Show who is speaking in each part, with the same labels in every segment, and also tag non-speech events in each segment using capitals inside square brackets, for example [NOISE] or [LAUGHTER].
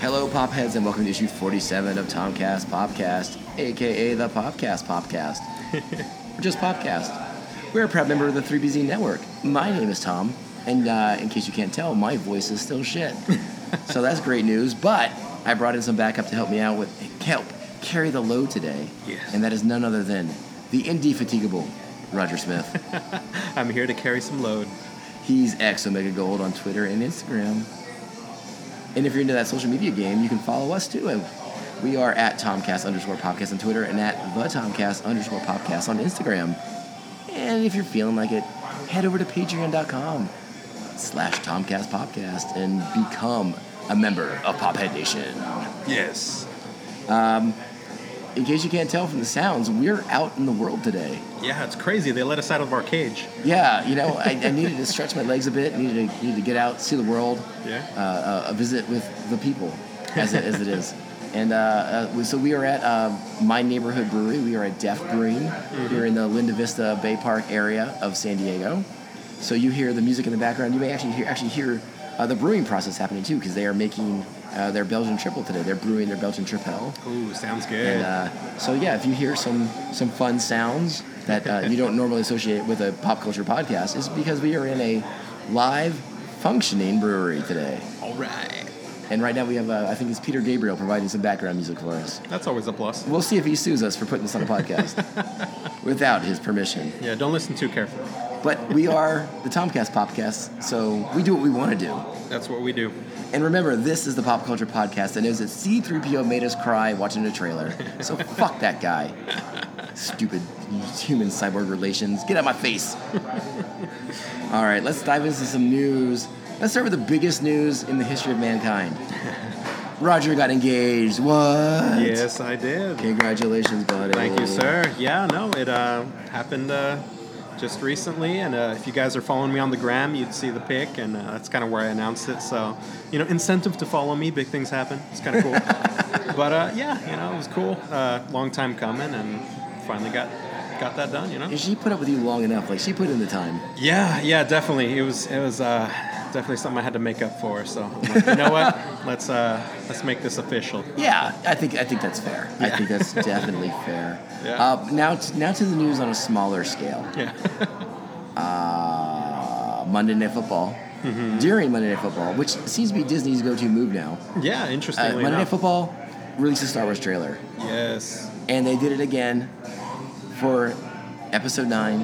Speaker 1: Hello, pop heads, and welcome to issue 47 of Tomcast Popcast, aka the Popcast Popcast. Or Just Popcast. We're a proud member of the 3BZ Network. My name is Tom, and uh, in case you can't tell, my voice is still shit. so that's great news, but I brought in some backup to help me out with help carry the load today.
Speaker 2: Yes.
Speaker 1: And that is none other than the indefatigable Roger Smith.
Speaker 2: I'm here to carry some load.
Speaker 1: He's X Omega Gold on Twitter and Instagram. And if you're into that social media game, you can follow us too. And we are at Tomcast underscore podcast on Twitter and at the Tomcast underscore podcast on Instagram. And if you're feeling like it, head over to patreon.com slash Tomcast Podcast and become a member of Pophead Nation.
Speaker 2: Yes.
Speaker 1: In case you can't tell from the sounds, we're out in the world today.
Speaker 2: Yeah, it's crazy. They let us out of our cage.
Speaker 1: Yeah, you know, I, I needed to stretch my legs a bit, needed to, needed to get out, see the world.
Speaker 2: Yeah.
Speaker 1: uh, a visit with the people, as it, as it is. And uh, uh, we- so we are at uh, my neighborhood brewery. We are at Deaf Brewing. We're in the Linda Vista Bay Park area of San Diego. So you hear the music in the background. You may actually hear actually hear uh, the brewing process happening too, because they are making uh, their Belgian triple today. They're brewing their Belgian triple.
Speaker 2: Ooh, sounds good.
Speaker 1: And uh, so yeah, if you hear some some fun sounds that uh, you don't normally associate with a pop culture podcast, it's because we are in a live functioning brewery today.
Speaker 2: All right.
Speaker 1: And right now we have, uh, I think it's Peter Gabriel providing some background music for us.
Speaker 2: That's always a plus.
Speaker 1: We'll see if he sues us for putting this on a podcast without his permission.
Speaker 2: Yeah, don't listen too carefully.
Speaker 1: But we are the Tomcast Popcast, so we do what we want to do.
Speaker 2: That's what we do.
Speaker 1: And remember, this is the pop culture podcast that knows that C3PO made us cry watching a trailer.
Speaker 2: [LAUGHS]
Speaker 1: So fuck that guy. Stupid human cyborg relations. Get out of my
Speaker 2: [LAUGHS]
Speaker 1: face. All right, let's dive into some news. Let's start with the biggest news in the history of
Speaker 2: [LAUGHS]
Speaker 1: mankind. Roger got engaged. What?
Speaker 2: Yes, I did.
Speaker 1: Congratulations, buddy.
Speaker 2: Thank you, sir. Yeah, no, it uh, happened uh, just recently, and uh, if you guys are following me on the gram, you'd see the pic, and uh, that's kind of where I announced it. So, you know, incentive to follow me. Big things happen. It's kind of cool. [LAUGHS] but uh, yeah, you know, it was cool. Uh, long time coming, and finally got got that done. You know.
Speaker 1: And she put up with you long enough. Like she put in the time.
Speaker 2: Yeah, yeah, definitely. It was it was uh, definitely something I had to make up for. So I'm like, you know what? Let's uh, let's make this official.
Speaker 1: Yeah, I think I think that's fair. I think
Speaker 2: [LAUGHS]
Speaker 1: that's definitely fair.
Speaker 2: Yeah.
Speaker 1: Uh, now, t- now to the news on a smaller scale.
Speaker 2: Yeah.
Speaker 1: Uh, Monday Night Football.
Speaker 2: Mm-hmm.
Speaker 1: During Monday Night Football, which seems to be Disney's go-to move now,
Speaker 2: Yeah,
Speaker 1: uh,
Speaker 2: interestingly
Speaker 1: Monday Night
Speaker 2: enough.
Speaker 1: Football released a Star Wars trailer,
Speaker 2: Yes.
Speaker 1: and they did it again for Episode Nine,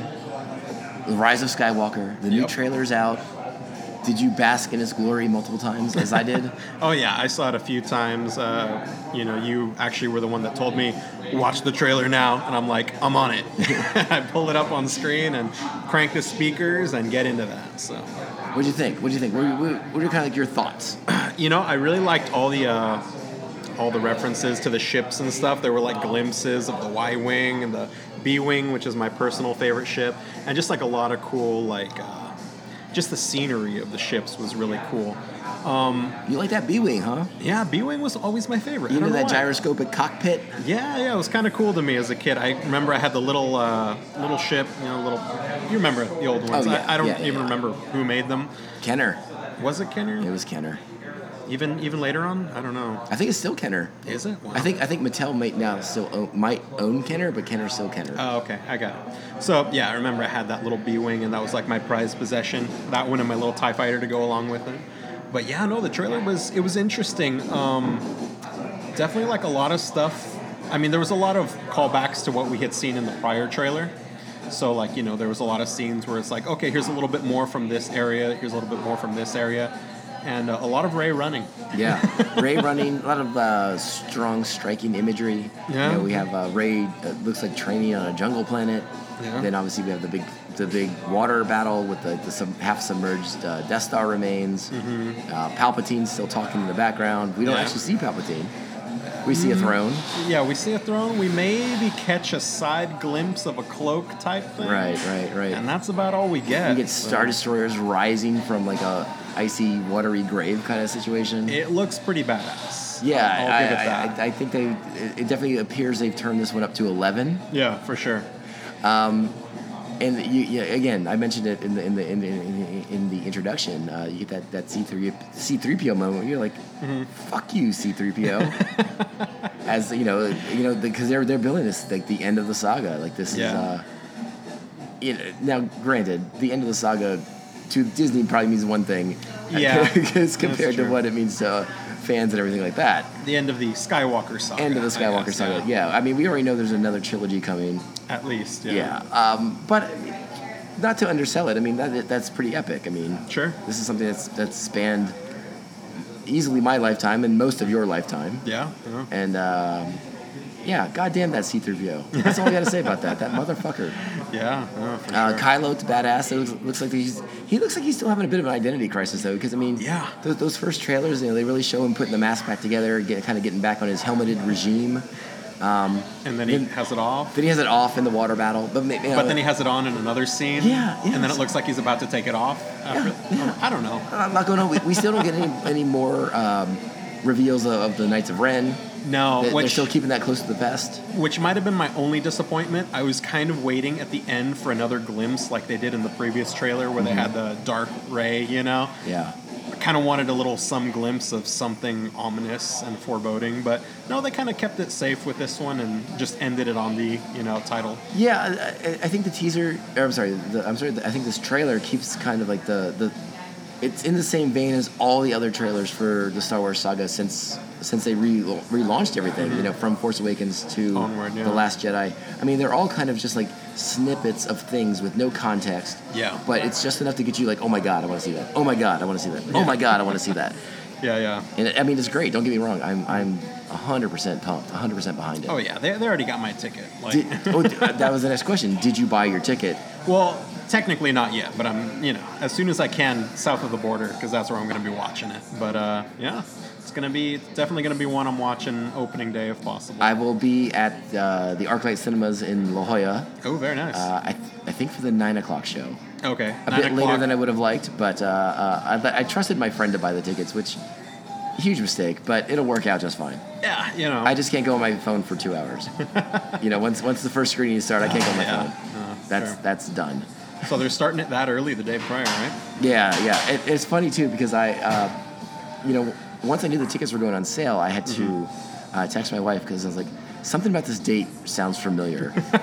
Speaker 1: The Rise of Skywalker. The new
Speaker 2: Yep.
Speaker 1: trailer's out. Did you bask in its glory multiple times, as I
Speaker 2: [LAUGHS]
Speaker 1: did?
Speaker 2: Oh yeah, I saw it a few times. Uh, you know, you actually were the one that told me watch the trailer now, and I'm like, I'm on it. [LAUGHS] I pull it up on screen and crank the speakers and get into that. So.
Speaker 1: What do you think? What do you think? What are, what what are kind of like your thoughts?
Speaker 2: you know, I really liked all the uh, all the references to the ships and stuff. There were like glimpses of the Y wing and the B wing, which is my personal favorite ship, and just like a lot of cool like uh, just the scenery of the ships was really cool.
Speaker 1: You like that B-wing, huh?
Speaker 2: Yeah, B wing was always my favorite. I
Speaker 1: You know
Speaker 2: don't know
Speaker 1: that
Speaker 2: why.
Speaker 1: gyroscopic cockpit?
Speaker 2: Yeah, yeah, it was kind of cool to me as a kid. I remember I had the little uh, little ship, you know, little. You remember the old ones?
Speaker 1: Oh, yeah,
Speaker 2: I, I don't
Speaker 1: yeah, yeah,
Speaker 2: even
Speaker 1: yeah.
Speaker 2: remember who made them.
Speaker 1: Kenner.
Speaker 2: Was it Kenner?
Speaker 1: It was Kenner.
Speaker 2: even even later on, I don't know.
Speaker 1: I think it's still Kenner.
Speaker 2: Is it? Wow.
Speaker 1: I think I think Mattel might now still own, might own Kenner, but Kenner's still Kenner.
Speaker 2: Oh, okay, I got it. So yeah, I remember I had that little B wing, and that was like my prized possession. That one and my little Tie Fighter to go along with it. But yeah, no, the trailer was it was interesting. Um, definitely like a lot of stuff. I mean, there was a lot of callbacks to what we had seen in the prior trailer. So like you know, there was a lot of scenes where it's like, okay, here's a little bit more from this area. Here's a little bit more from this area, and uh, a lot of Ray running. [LAUGHS]
Speaker 1: Yeah, Ray running a lot of uh, strong, striking imagery.
Speaker 2: Yeah.
Speaker 1: you know, we have uh, Ray uh, looks like training on a jungle planet.
Speaker 2: Yeah.
Speaker 1: Then obviously we have the big the big water battle with the, the sub, half submerged uh, Death Star remains. Uh, Palpatine's still talking in the background. We don't
Speaker 2: Mm-hmm. Yeah. Mm-hmm.
Speaker 1: actually see Palpatine. We see a throne.
Speaker 2: Yeah, we see a throne. We maybe catch a side glimpse of a cloak type thing.
Speaker 1: Right, right, right.
Speaker 2: And that's about all we get.
Speaker 1: You get
Speaker 2: so-
Speaker 1: Star Destroyers rising from like a icy, watery grave kind of situation.
Speaker 2: It looks pretty badass.
Speaker 1: yeah,
Speaker 2: I'll, I'll
Speaker 1: I,
Speaker 2: give it that.
Speaker 1: I, I, I think they. It it definitely appears they've turned this one up to eleven.
Speaker 2: yeah, for sure.
Speaker 1: And you, yeah, again, I mentioned it in the in the in the, in the, in the introduction. Uh, you get that that C three C three PO moment. Where you're like,
Speaker 2: Mm-hmm.
Speaker 1: "Fuck you, C three
Speaker 2: [LAUGHS]
Speaker 1: PO." As you know, you know, because they're they're billing this like the end of the saga. Like this is.
Speaker 2: Yeah.
Speaker 1: Uh, you know, now, granted, the end of the saga to Disney probably means one thing. [LAUGHS]
Speaker 2: Yeah,
Speaker 1: because
Speaker 2: that's
Speaker 1: compared to
Speaker 2: true.
Speaker 1: what it means to fans and everything like that.
Speaker 2: The end of the Skywalker saga.
Speaker 1: End of the
Speaker 2: I
Speaker 1: Skywalker
Speaker 2: guess,
Speaker 1: saga. Yeah. I mean, we already know there's another trilogy coming.
Speaker 2: At least, yeah.
Speaker 1: Yeah. Um, but I mean, not to undersell it. I mean, that, that's pretty epic. I mean,
Speaker 2: Sure.
Speaker 1: this is something that's that's spanned easily my lifetime and most of your lifetime.
Speaker 2: Yeah. yeah.
Speaker 1: And um, yeah, goddamn that C-3PO. That's all I got to say about that. That
Speaker 2: [LAUGHS]
Speaker 1: motherfucker.
Speaker 2: Yeah, yeah, for
Speaker 1: Uh,
Speaker 2: sure.
Speaker 1: Kylo, badass. It looks, looks like he's he looks like he's still having a bit of an identity crisis though, because I mean,
Speaker 2: Yeah.
Speaker 1: those, those first trailers, you know, they really show him putting the mask back together, get, kind of getting back on his helmeted regime.
Speaker 2: and then he
Speaker 1: then-
Speaker 2: has it off.
Speaker 1: Then he has it off in the water battle, but, ma- you know,
Speaker 2: But then he has it on in another scene.
Speaker 1: Yeah, yeah.
Speaker 2: And then it looks like he's about to take it off. After, oh, I don't know.
Speaker 1: I'm not going on. We, we still don't get any any more um, reveals of, of the Knights of Ren.
Speaker 2: No,
Speaker 1: They- They're
Speaker 2: which,
Speaker 1: still keeping that close to the vest.
Speaker 2: which might have been my only disappointment. I was kind of waiting at the end for another glimpse, like they did in the previous trailer, where they
Speaker 1: Mm-hmm.
Speaker 2: had the dark ray. You know,
Speaker 1: Yeah,
Speaker 2: I kind of wanted a little some glimpse of something ominous and foreboding. But no, they kind of kept it safe with this one and just ended it on the you know title.
Speaker 1: yeah. I, I- I think the teaser. Or I'm sorry. The, I'm sorry. I think this trailer keeps kind of like the the. It's in the same vein as all the other trailers for the Star Wars saga since since they re- relaunched everything. You know, from Force Awakens to
Speaker 2: Mm-hmm. Onward, yeah.
Speaker 1: the Last Jedi. I mean, they're all kind of just like snippets of things with no context.
Speaker 2: Yeah.
Speaker 1: But it's just enough to get you like, oh my god, I want to see that. Oh my god, I want to see that. Oh my god, I want to see that.
Speaker 2: Yeah, yeah.
Speaker 1: And I mean, it's great. Don't get me wrong. I'm I'm 100% pumped, 100% behind it.
Speaker 2: Oh yeah, they, they already got my ticket. Like,
Speaker 1: Did, oh, d- that was the next question. Did you buy your ticket?
Speaker 2: [LAUGHS] well, technically not yet, but I'm you know as soon as I can south of the border because that's where I'm going to be watching it. But uh, yeah, it's gonna be it's definitely gonna be one I'm watching opening day if possible.
Speaker 1: I will be at uh, the ArcLight Cinemas in La Jolla.
Speaker 2: oh, very nice.
Speaker 1: Uh, I, th- I think for the nine o'clock show.
Speaker 2: okay,
Speaker 1: A bit later than I would have liked, but uh, uh, I, let- I trusted my friend to buy the tickets, which huge mistake, but it'll work out just fine.
Speaker 2: yeah, you know.
Speaker 1: I just can't go on my phone for two
Speaker 2: [LAUGHS]
Speaker 1: hours. you know, once once the first screenings start, I can't go on my
Speaker 2: Yeah.
Speaker 1: phone.
Speaker 2: Uh,
Speaker 1: That's
Speaker 2: sure.
Speaker 1: that's done.
Speaker 2: so they're starting it that early the day prior, right?
Speaker 1: Yeah, yeah. It, it's funny too because I, uh, you know, once I knew the tickets were going on sale, I had to
Speaker 2: Mm-hmm.
Speaker 1: uh, text my wife because I was like, something about this date sounds
Speaker 2: [LAUGHS]
Speaker 1: familiar. [LAUGHS]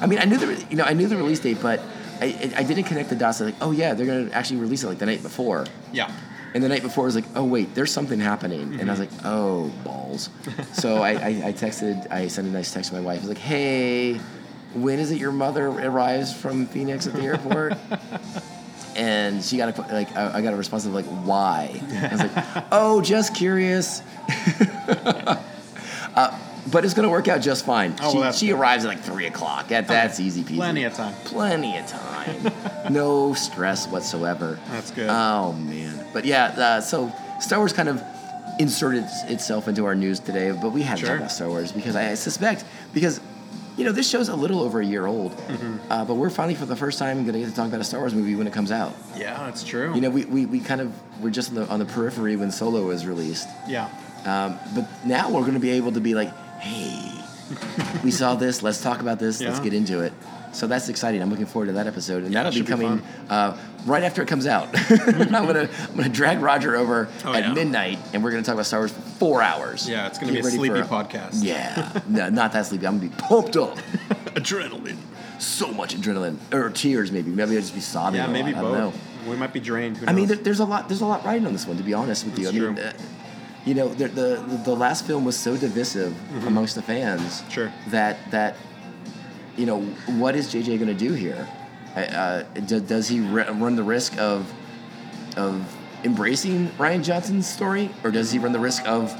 Speaker 1: I mean, I knew the re- you know I knew the release date, but I, I- I didn't connect the dots. I was like, oh yeah, they're gonna actually release it like the night before.
Speaker 2: Yeah.
Speaker 1: And the night before, I was like, "Oh wait, there's something happening," and I was like,
Speaker 2: Mm-hmm.
Speaker 1: "Oh balls!" so I, I, I texted, I sent a nice text to my wife. I was like, "Hey, when is it your mother arrives from Phoenix at the
Speaker 2: [LAUGHS]
Speaker 1: airport?" and she got a like, I, I got a response of like, "Why?" I was
Speaker 2: [LAUGHS]
Speaker 1: like, "Oh, just curious." uh, but it's gonna work out just fine.
Speaker 2: Oh, well,
Speaker 1: she
Speaker 2: that's
Speaker 1: she
Speaker 2: good.
Speaker 1: arrives at like three o'clock. That that's easy peasy.
Speaker 2: Plenty of time.
Speaker 1: Plenty of
Speaker 2: [LAUGHS]
Speaker 1: time. no stress whatsoever.
Speaker 2: That's good.
Speaker 1: Oh man, but yeah. Uh, so Star Wars kind of inserted itself into our news today, but we had to
Speaker 2: Sure.
Speaker 1: talk about Star Wars because I suspect because you know this show's a little over a year old,
Speaker 2: Mm-hmm.
Speaker 1: uh, but we're finally for the first time going to get to talk about a Star Wars movie when it comes out.
Speaker 2: Yeah, that's true.
Speaker 1: You know, we, we, we kind of were just on the, on the periphery when Solo was released,
Speaker 2: yeah.
Speaker 1: um, but now we're going to be able to be like, hey, we
Speaker 2: [LAUGHS]
Speaker 1: saw this. Let's talk about this. Let's
Speaker 2: Yeah.
Speaker 1: get into it. So that's exciting. I'm looking forward to that episode, and that'll be
Speaker 2: should be Mm-hmm.
Speaker 1: coming uh, right after it comes out. [LAUGHS] I'm gonna I'm gonna drag Roger over
Speaker 2: Oh,
Speaker 1: at
Speaker 2: yeah.
Speaker 1: midnight, and we're gonna talk about Star Wars for four hours.
Speaker 2: Yeah, it's gonna
Speaker 1: Get
Speaker 2: be a
Speaker 1: ready
Speaker 2: sleepy
Speaker 1: for
Speaker 2: podcast.
Speaker 1: Yeah, no, not that sleepy. I'm gonna be pumped up.
Speaker 2: [LAUGHS] Adrenaline.
Speaker 1: So much adrenaline or tears, maybe. Maybe I'll just be sobbing.
Speaker 2: Yeah,
Speaker 1: a
Speaker 2: maybe
Speaker 1: lot. I don't
Speaker 2: both.
Speaker 1: know.
Speaker 2: We might be drained. Who
Speaker 1: I mean,
Speaker 2: knows?
Speaker 1: there, there's a lot. There's a lot riding on this one, to be honest with you.
Speaker 2: That's
Speaker 1: I mean,
Speaker 2: true.
Speaker 1: uh, you know, the, the the last film was so divisive amongst the fans.
Speaker 2: Mm-hmm. Sure.
Speaker 1: That that, you know, what is JJ going to do here? I- Uh, do, does he ri- run the risk of of embracing Ryan Johnson's story, or does
Speaker 2: Mm-hmm.
Speaker 1: he run the risk of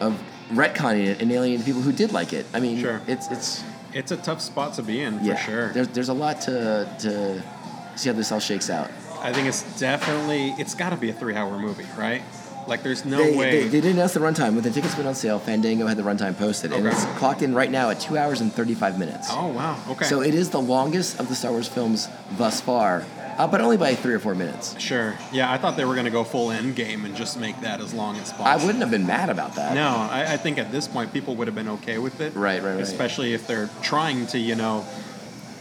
Speaker 1: of retconning it and alienating the people who did like it? I mean,
Speaker 2: Sure.
Speaker 1: it's it's
Speaker 2: it's a tough spot to be in for
Speaker 1: yeah.
Speaker 2: sure.
Speaker 1: There's there's a lot to to see how this all shakes out.
Speaker 2: I think it's definitely it's got to be a three-hour movie, right? Like, there's no
Speaker 1: They,
Speaker 2: way.
Speaker 1: they, they didn't announce the runtime. When the tickets went on sale, Fandango had the runtime posted, and
Speaker 2: Okay.
Speaker 1: it's clocked in right now at two hours and thirty-five minutes.
Speaker 2: oh wow. Okay.
Speaker 1: So it is the longest of the Star Wars films thus far, uh, but only by three or four minutes.
Speaker 2: sure. Yeah, I thought they were gonna go full end game and just make that as long as possible.
Speaker 1: I wouldn't have been mad about that.
Speaker 2: No, I, I think at this point people would have been okay with it.
Speaker 1: Right, right, right.
Speaker 2: Especially if they're trying to, you know,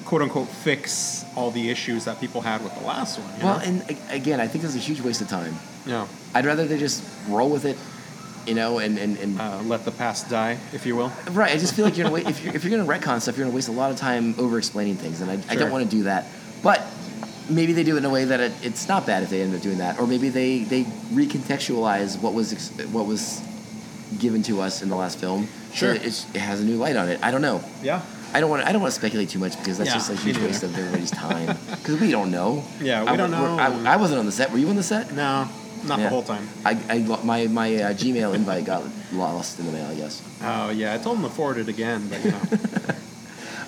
Speaker 2: quote unquote fix all the issues that people had with the last one. you
Speaker 1: Well,
Speaker 2: know?
Speaker 1: and a- again, I think this is a huge waste of time.
Speaker 2: yeah.
Speaker 1: I'd rather they just roll with it, you know, and and, and
Speaker 2: Uh, let the past die, if you will.
Speaker 1: right. I just feel like you're gonna wa- if you're if you're gonna retcon stuff, you're gonna waste a lot of time over explaining things, and I, I
Speaker 2: Sure.
Speaker 1: don't want to do that. But maybe they do it in a way that it, it's not bad if they end up doing that, or maybe they they recontextualize what was ex- what was given to us in the last film. so
Speaker 2: Sure.
Speaker 1: that it's, it has a new light on it. I don't know.
Speaker 2: Yeah.
Speaker 1: I don't want. I don't want to speculate too much because that's
Speaker 2: Yeah,
Speaker 1: just a
Speaker 2: me
Speaker 1: huge
Speaker 2: neither.
Speaker 1: waste of everybody's time. Because we don't know.
Speaker 2: Yeah, we
Speaker 1: I,
Speaker 2: don't
Speaker 1: we're-
Speaker 2: know.
Speaker 1: I, I wasn't on the set. Were you on the set?
Speaker 2: No, not
Speaker 1: Yeah.
Speaker 2: the whole time.
Speaker 1: I, I lo- my my uh, Gmail invite got lost in the mail. I guess.
Speaker 2: Oh yeah, I told him to forward it again, but you know. [LAUGHS]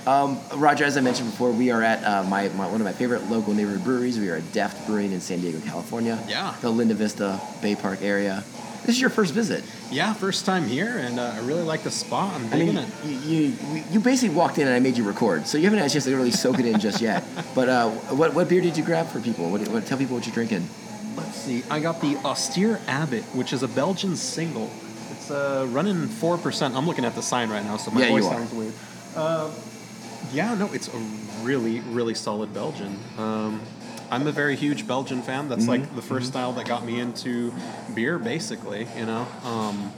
Speaker 1: Um, Roger, as I mentioned before, we are at uh, my, my one of my favorite local neighborhood breweries. We are at Deft Brewing in San Diego, California.
Speaker 2: Yeah.
Speaker 1: The Linda Vista Bay Park area. This is your first visit.
Speaker 2: yeah, first time here, and uh, I really like the spot. I'm
Speaker 1: I
Speaker 2: digging
Speaker 1: mean,
Speaker 2: it.
Speaker 1: you, you you basically walked in and I made you record, so you haven't had a chance to really soak it in just yet. But uh, what what beer did you grab for people? What, what tell people what you're drinking?
Speaker 2: Let's see. I got the Austere Abbot, which is a Belgian single. It's uh, running four percent. I'm looking at the sign right now, so my
Speaker 1: Yeah, you
Speaker 2: voice
Speaker 1: are.
Speaker 2: sounds weird. Uh, yeah, no, it's a really, really solid Belgian. Um, I'm a very huge Belgian fan. That's
Speaker 1: Mm-hmm.
Speaker 2: like the 1st style that got me into beer, basically. You know. Um,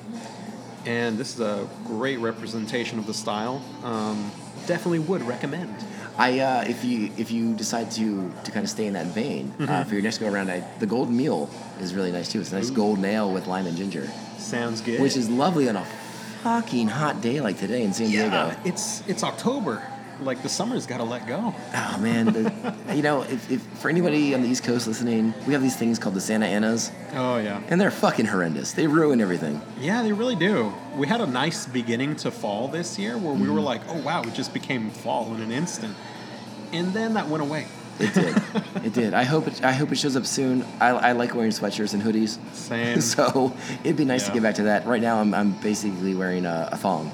Speaker 2: and this is a great representation of the style. Um, definitely would recommend.
Speaker 1: I uh, if you if you decide to to kind of stay in that vein uh, for your next go around, I, the Golden Mule is really nice too. It's a nice golden ale with lime and ginger,
Speaker 2: Sounds good.
Speaker 1: which is lovely on a fucking hot day like today in San Diego.
Speaker 2: yeah, it's it's October. Like the summer's got to let go.
Speaker 1: Oh man, the, you know, if, if for anybody on the East Coast listening, we have these things called the Santa Anas,
Speaker 2: Oh yeah,
Speaker 1: and they're fucking horrendous. They ruin everything.
Speaker 2: yeah, they really do. We had a nice beginning to fall this year, where we were
Speaker 1: Mm-hmm.
Speaker 2: like, "Oh wow, it just became fall in an instant," and then that went away.
Speaker 1: It did. it did. I hope it. I hope it shows up soon. I, I like wearing sweatshirts and hoodies. [LAUGHS]
Speaker 2: Same.
Speaker 1: So it'd be nice to
Speaker 2: Yeah.
Speaker 1: get back to that. Right now, I'm, I'm basically wearing a, a thong.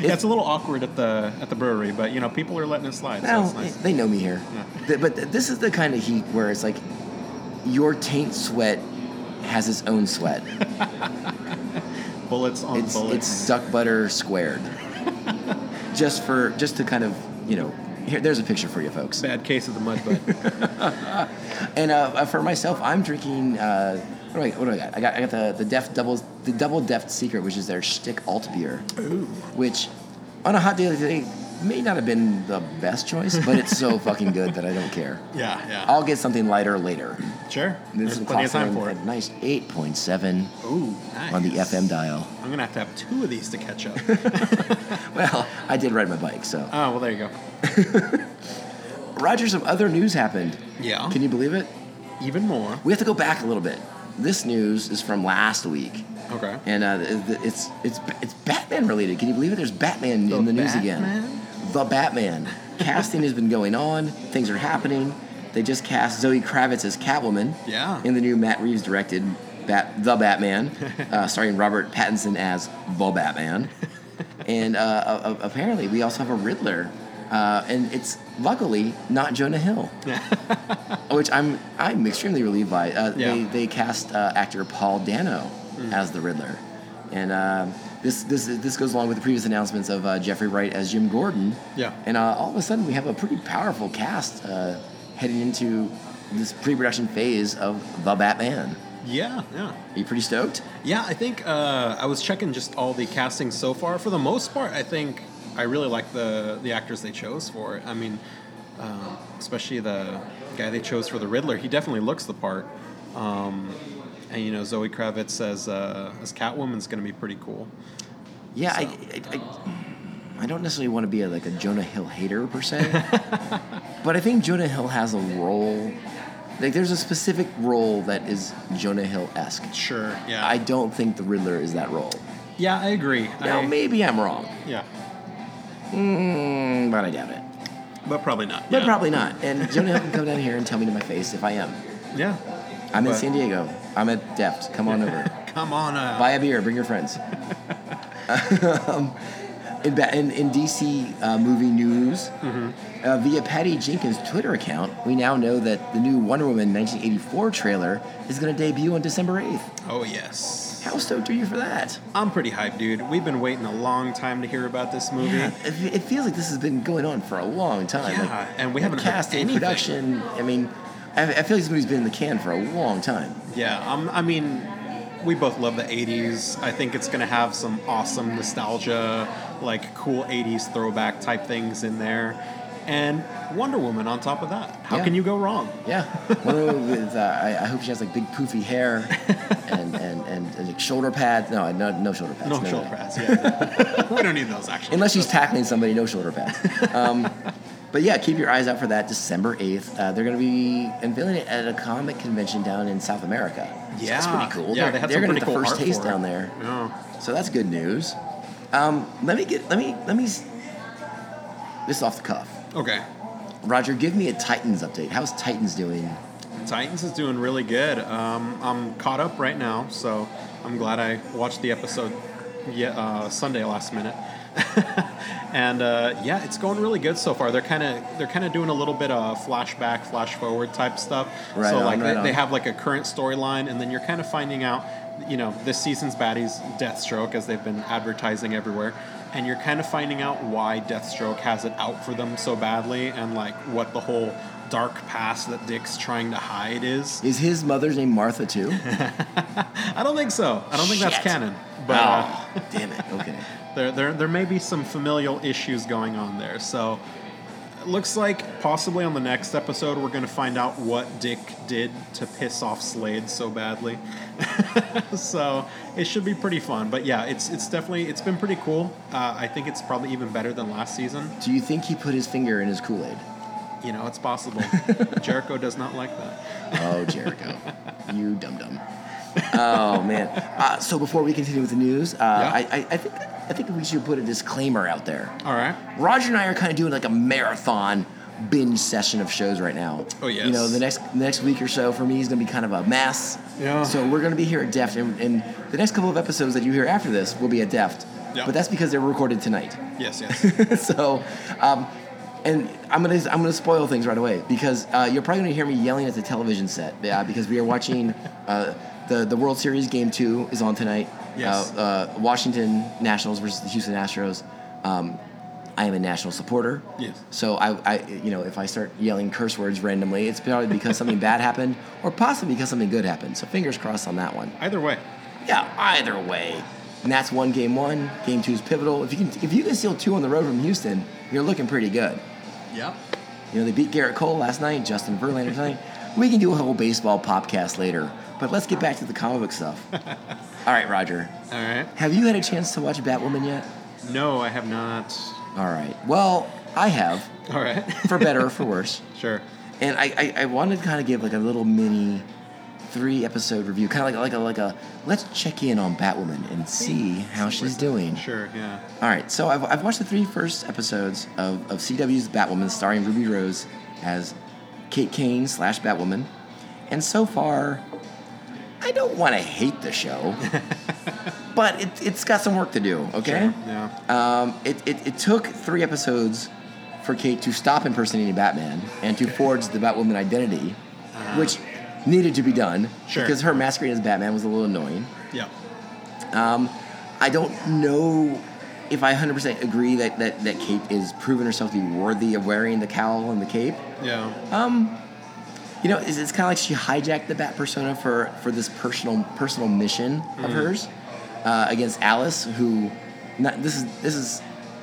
Speaker 2: yeah, it's a little awkward at the at the brewery, but you know, people are letting it slide. So
Speaker 1: Well,
Speaker 2: it's nice.
Speaker 1: they know me here.
Speaker 2: Yeah.
Speaker 1: Th- But th- this is the kind of heat where it's like your taint sweat has its own sweat.
Speaker 2: bullets on
Speaker 1: It's
Speaker 2: bullets.
Speaker 1: it's duck butter squared. [LAUGHS] just for just to kind of you know here there's a picture for you folks.
Speaker 2: Bad case of the mud
Speaker 1: [LAUGHS]
Speaker 2: butt.
Speaker 1: And uh, uh, for myself, I'm drinking. Uh, what do, I, what do I got? I got I got the the Deft doubles the double Deft secret, which is their shtick alt beer, which on a hot day like today may not have been the best choice, but it's
Speaker 2: [LAUGHS]
Speaker 1: so fucking good that I don't care.
Speaker 2: yeah, yeah.
Speaker 1: I'll get something lighter later.
Speaker 2: sure.
Speaker 1: Uh, This
Speaker 2: Mm-hmm. There's
Speaker 1: is
Speaker 2: plenty of time for it.
Speaker 1: a nice 8.7
Speaker 2: Ooh, nice.
Speaker 1: on the FM dial.
Speaker 2: I'm gonna have to have two of these to catch
Speaker 1: [LAUGHS]
Speaker 2: up.
Speaker 1: Well, I did ride my bike, so.
Speaker 2: oh well, there you go.
Speaker 1: Roger, some other news happened.
Speaker 2: Yeah.
Speaker 1: Can you believe it?
Speaker 2: Even more.
Speaker 1: We have to go back a little bit. This news is from last week.
Speaker 2: Okay.
Speaker 1: and uh, th- th- it's it's it's Batman related. Can you believe it? There's Batman
Speaker 2: The
Speaker 1: in the news
Speaker 2: Batman?
Speaker 1: again. The Batman casting has been going on. Things are happening. They just cast Zoe Kravitz as Catwoman.
Speaker 2: Yeah.
Speaker 1: In the new Matt Reeves directed Bat The
Speaker 2: [LAUGHS]
Speaker 1: Batman, uh, starring Robert Pattinson as the Batman, and uh, uh, apparently we also have a Riddler, uh, and it's luckily not Jonah
Speaker 2: [LAUGHS]
Speaker 1: Hill. Which I'm I'm extremely relieved by. Uh, They
Speaker 2: Yeah.
Speaker 1: they cast uh, actor Paul Dano
Speaker 2: Hmm.
Speaker 1: as the Riddler, and um this this this goes along with the previous announcements of uh, Jeffrey Wright as Jim Gordon.
Speaker 2: Yeah.
Speaker 1: And uh, all of a sudden, we have a pretty powerful cast uh, heading into this pre-production phase of the Batman.
Speaker 2: Yeah, yeah.
Speaker 1: Are you pretty stoked?
Speaker 2: Yeah, I think uh, I was checking just all the castings so far. For the most part, I think I really like the the actors they chose for it. I mean, um, especially the guy they chose for the Riddler. He definitely looks the part. Um, and you know, Zoe Kravitz as uh, as Catwoman's going to be pretty cool.
Speaker 1: Yeah. I,
Speaker 2: So.
Speaker 1: I, I, I don't necessarily want to be a, like a Jonah Hill hater per
Speaker 2: [LAUGHS]
Speaker 1: se, but I think Jonah Hill has a role. Like, there's a specific role that is Jonah Hill esque.
Speaker 2: Sure. Yeah.
Speaker 1: I don't think the Riddler is that role.
Speaker 2: yeah, I agree.
Speaker 1: Now,
Speaker 2: I-
Speaker 1: maybe I'm wrong,
Speaker 2: Yeah,
Speaker 1: mm, but I doubt it.
Speaker 2: but probably not.
Speaker 1: But
Speaker 2: yeah.
Speaker 1: probably not. And Jonah Hill can come down here and tell me to my face if I am.
Speaker 2: Yeah.
Speaker 1: I'm in
Speaker 2: But-
Speaker 1: San Diego. I'm at Deft. Come on
Speaker 2: [LAUGHS]
Speaker 1: over.
Speaker 2: Come on. Uh,
Speaker 1: Buy a beer. Bring your
Speaker 2: [LAUGHS]
Speaker 1: friends. um, in, ba- in, in DC uh, movie news,
Speaker 2: Mm-hmm.
Speaker 1: uh, via Patty Jenkins' Twitter account, we now know that the new Wonder Woman 1984 trailer is going to debut on December 8th.
Speaker 2: Oh yes.
Speaker 1: How stoked are you for that?
Speaker 2: I'm pretty hyped, dude. We've been waiting a long time to hear about this movie.
Speaker 1: Yeah, it, it feels like this has been going on for a long time.
Speaker 2: Yeah,
Speaker 1: like,
Speaker 2: and we
Speaker 1: the
Speaker 2: haven't heard
Speaker 1: cast and
Speaker 2: anything.
Speaker 1: production. I mean, I, I feel like this movie's been in the can for a long time.
Speaker 2: Yeah, um, I mean, we both love the 80s. I think it's going to have some awesome nostalgia, like cool 80s throwback type things in there. And Wonder Woman on top of that. How
Speaker 1: Yeah.
Speaker 2: can you go wrong?
Speaker 1: Yeah, [LAUGHS] one of them with uh, I, I hope she has like big poofy hair and and and, and like shoulder pads. No, no, no shoulder pads.
Speaker 2: No shoulder pads, yeah. [LAUGHS] we don't need those, actually.
Speaker 1: Unless she's tackling somebody, no shoulder pads. Um, but yeah, keep your eyes out for that December eighth. Uh, they're going to be unveiling it at a comic convention down in South America. So
Speaker 2: yeah,
Speaker 1: that's pretty cool.
Speaker 2: Yeah,
Speaker 1: they're
Speaker 2: they had
Speaker 1: they're
Speaker 2: some
Speaker 1: gonna get
Speaker 2: pretty cool
Speaker 1: the first
Speaker 2: art
Speaker 1: taste
Speaker 2: for it.
Speaker 1: down there.
Speaker 2: Yeah.
Speaker 1: So that's good news. Um, let me get let me let me. s- This is off the cuff.
Speaker 2: Okay.
Speaker 1: Roger, give me a Titans update. How's Titans doing?
Speaker 2: Titans is doing really good. Um, I'm caught up right now, so I'm glad I watched the episode ye- uh, Sunday last minute. [LAUGHS] and uh, yeah, it's going really good so far. They're kind of they're kind of doing a little bit of flashback, flash forward type stuff.
Speaker 1: Right
Speaker 2: so
Speaker 1: on,
Speaker 2: like
Speaker 1: right
Speaker 2: they, they
Speaker 1: on.
Speaker 2: have like a current storyline, and then you're kind of finding out, you know, this season's baddies, Deathstroke, as they've been advertising everywhere. And you're kind of finding out why Deathstroke has it out for them so badly, and like what the whole dark past that Dick's trying to hide is.
Speaker 1: Is his mother's name Martha too?
Speaker 2: I don't think so. I don't think that's
Speaker 1: Shit.
Speaker 2: canon. But uh,
Speaker 1: oh, damn it. Okay.
Speaker 2: there, there, there may be some familial issues going on there. So it looks like possibly on the next episode we're going to find out what Dick did to piss off Slade so badly. [LAUGHS] so it should be pretty fun. But yeah, it's it's definitely it's been pretty cool. Uh, I think it's probably even better than last season.
Speaker 1: Do you think he put his finger in his Kool Aid?
Speaker 2: You know, it's possible. Jericho does not like that.
Speaker 1: Oh, Jericho, you dum dum. Oh man. Uh, so before we continue with the news, uh, I, I, I think I think we should put a disclaimer out there.
Speaker 2: All right.
Speaker 1: Roger and I are kind of doing like a marathon binge session of shows right now.
Speaker 2: Oh, yes.
Speaker 1: You know, the next the next week or so for me is gonna be kind of a mess.
Speaker 2: Yeah.
Speaker 1: So we're gonna be here at Deft, and, and the next couple of episodes that you hear after this will be at Deft.
Speaker 2: Yeah.
Speaker 1: But that's because they're recorded tonight.
Speaker 2: Yes,
Speaker 1: [LAUGHS]
Speaker 2: yes.
Speaker 1: so, um, and I'm gonna I'm gonna spoil things right away because uh, you're probably gonna hear me yelling at the television set yeah, because we are
Speaker 2: [LAUGHS]
Speaker 1: watching uh, the the World Series Game Two is on tonight.
Speaker 2: Yes.
Speaker 1: Uh, uh, Washington Nationals versus the Houston Astros. Um, I am a national supporter.
Speaker 2: Yes.
Speaker 1: So I, I, you know, if I start yelling curse words randomly, it's probably because something bad [LAUGHS] happened, or possibly because something good happened. So fingers crossed on that one.
Speaker 2: Either way.
Speaker 1: Yeah, either way. And that's one game one. Game two is pivotal. If you can if you can steal two on the road from Houston, you're looking pretty good.
Speaker 2: Yep.
Speaker 1: You know, they beat Garrett Cole last night, Justin Verlander tonight. We can do a whole baseball podcast later. But let's get back to the comic book stuff. All right, Roger.
Speaker 2: All right.
Speaker 1: Have you had a chance to watch Batwoman yet?
Speaker 2: No, I have not.
Speaker 1: All right. Well, I have,
Speaker 2: All right. [LAUGHS]
Speaker 1: for better or for worse.
Speaker 2: Sure.
Speaker 1: And I, I, I wanted to kind of give like a little mini three episode review, kind of like, like a like a let's check in on Batwoman and see how she's doing.
Speaker 2: Sure, yeah.
Speaker 1: All right, so I've, I've watched the three first episodes of, of CW's Batwoman starring Ruby Rose as Kate Kane slash Batwoman, and so far, I don't want to hate the
Speaker 2: [LAUGHS]
Speaker 1: show, but it, it's got some work to do, okay?
Speaker 2: Sure, yeah.
Speaker 1: Um, it, it, it took three episodes for Kate to stop impersonating Batman and to forge the Batwoman identity, which needed to be done
Speaker 2: Ah. Sure.
Speaker 1: because her masquerading as Batman was a little annoying.
Speaker 2: Yeah.
Speaker 1: Um, I don't know if I 100% agree that, that, that Kate is proven herself to be worthy of wearing the cowl and the cape.
Speaker 2: Yeah.
Speaker 1: Um, you know, it's, it's kind of like she hijacked the Bat persona for, for this personal personal mission of hers uh, against Alice, who not this is this is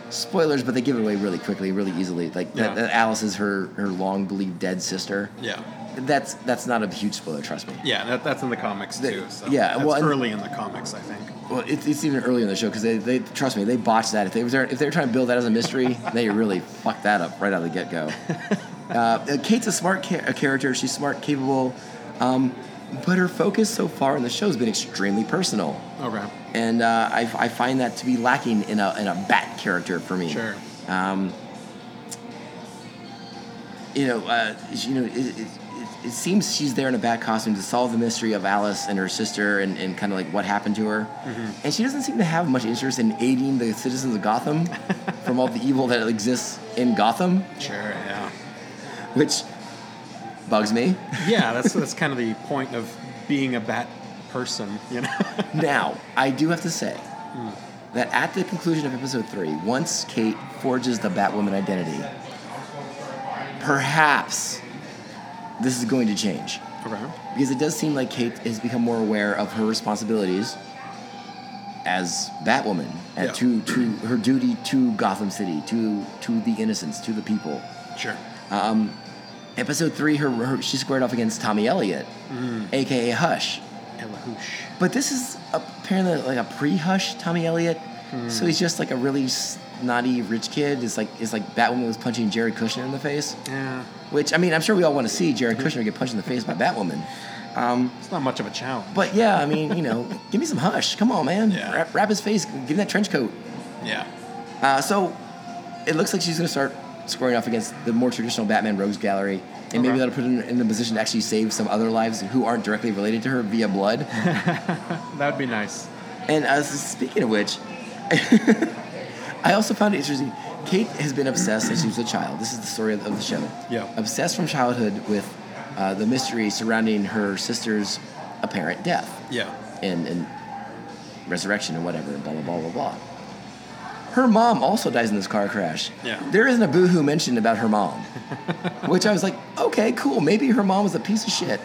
Speaker 1: spoilers, but they give it away really quickly, really easily. Like that,
Speaker 2: Yeah.
Speaker 1: that Alice is her her long believed dead sister.
Speaker 2: yeah.
Speaker 1: That's that's not a huge spoiler, trust me.
Speaker 2: Yeah, that, that's in the comics
Speaker 1: The-
Speaker 2: too. So
Speaker 1: yeah,
Speaker 2: that's
Speaker 1: well, and-
Speaker 2: early in the comics, I think.
Speaker 1: Well, it's, it's even early in the show because they, they trust me, they botched that. If they were if they were trying to build that as a mystery, [LAUGHS] they really fucked that up right out of the get go. uh, Kate's a smart cha- a character. She's smart, capable, um, but her focus so far in the show has been extremely personal,
Speaker 2: Okay.
Speaker 1: and uh, I, I find that to be lacking in a in a bat character for me.
Speaker 2: Sure.
Speaker 1: Um, you know, uh, you know, it, it, it, it seems she's there in a bat costume to solve the mystery of Alice and her sister and, and kind of like what happened to her. And she doesn't seem to have much interest in aiding the citizens of Gotham from all the evil that exists in Gotham,
Speaker 2: Sure, yeah.
Speaker 1: which bugs me.
Speaker 2: Yeah, that's that's kind of the point of being a bat person, you know? [LAUGHS]
Speaker 1: Now, I do have to say that at the conclusion of episode three, once Kate forges the Batwoman identity, perhaps this is going to change.
Speaker 2: okay.
Speaker 1: Because it does seem like Kate has become more aware of her responsibilities as Batwoman and
Speaker 2: Yeah.
Speaker 1: to, to her duty to Gotham City, to, to the innocents, to the people.
Speaker 2: Sure.
Speaker 1: Episode three, her, her she squared off against Tommy Elliott, aka Hush.
Speaker 2: Elahoosh.
Speaker 1: But this is apparently like a pre-hush Tommy Elliott. So he's just like a really snotty rich kid. It's like it's like Batwoman was punching Jared Kushner in the face.
Speaker 2: Yeah.
Speaker 1: Which I mean, I'm sure we all want to see Jared Kushner get punched in the face by Batwoman.
Speaker 2: It's not much of a challenge.
Speaker 1: But yeah, I mean, you know, give me some hush. Come on, man.
Speaker 2: Yeah.
Speaker 1: Wrap, wrap his face. Give him that trench coat.
Speaker 2: yeah.
Speaker 1: Uh, so it looks like she's going to start squaring off against the more traditional Batman rogues gallery. And maybe
Speaker 2: Okay.
Speaker 1: that'll put her in, in the position to actually save some other lives who aren't directly related to her via
Speaker 2: [LAUGHS]
Speaker 1: blood.
Speaker 2: That would be nice.
Speaker 1: And uh, speaking of which, [LAUGHS] I also found it interesting. Kate has been obsessed since she was a child. This is the story of, of the show.
Speaker 2: Yeah.
Speaker 1: Obsessed from childhood with uh, the mystery surrounding her sister's apparent death
Speaker 2: Yeah.
Speaker 1: and, and resurrection and whatever, and blah, blah, blah, blah, blah. Her mom also dies in this car crash.
Speaker 2: Yeah.
Speaker 1: There isn't a boohoo mentioned about her [LAUGHS] mom, which I was like, okay, cool. Maybe her mom was a piece of shit.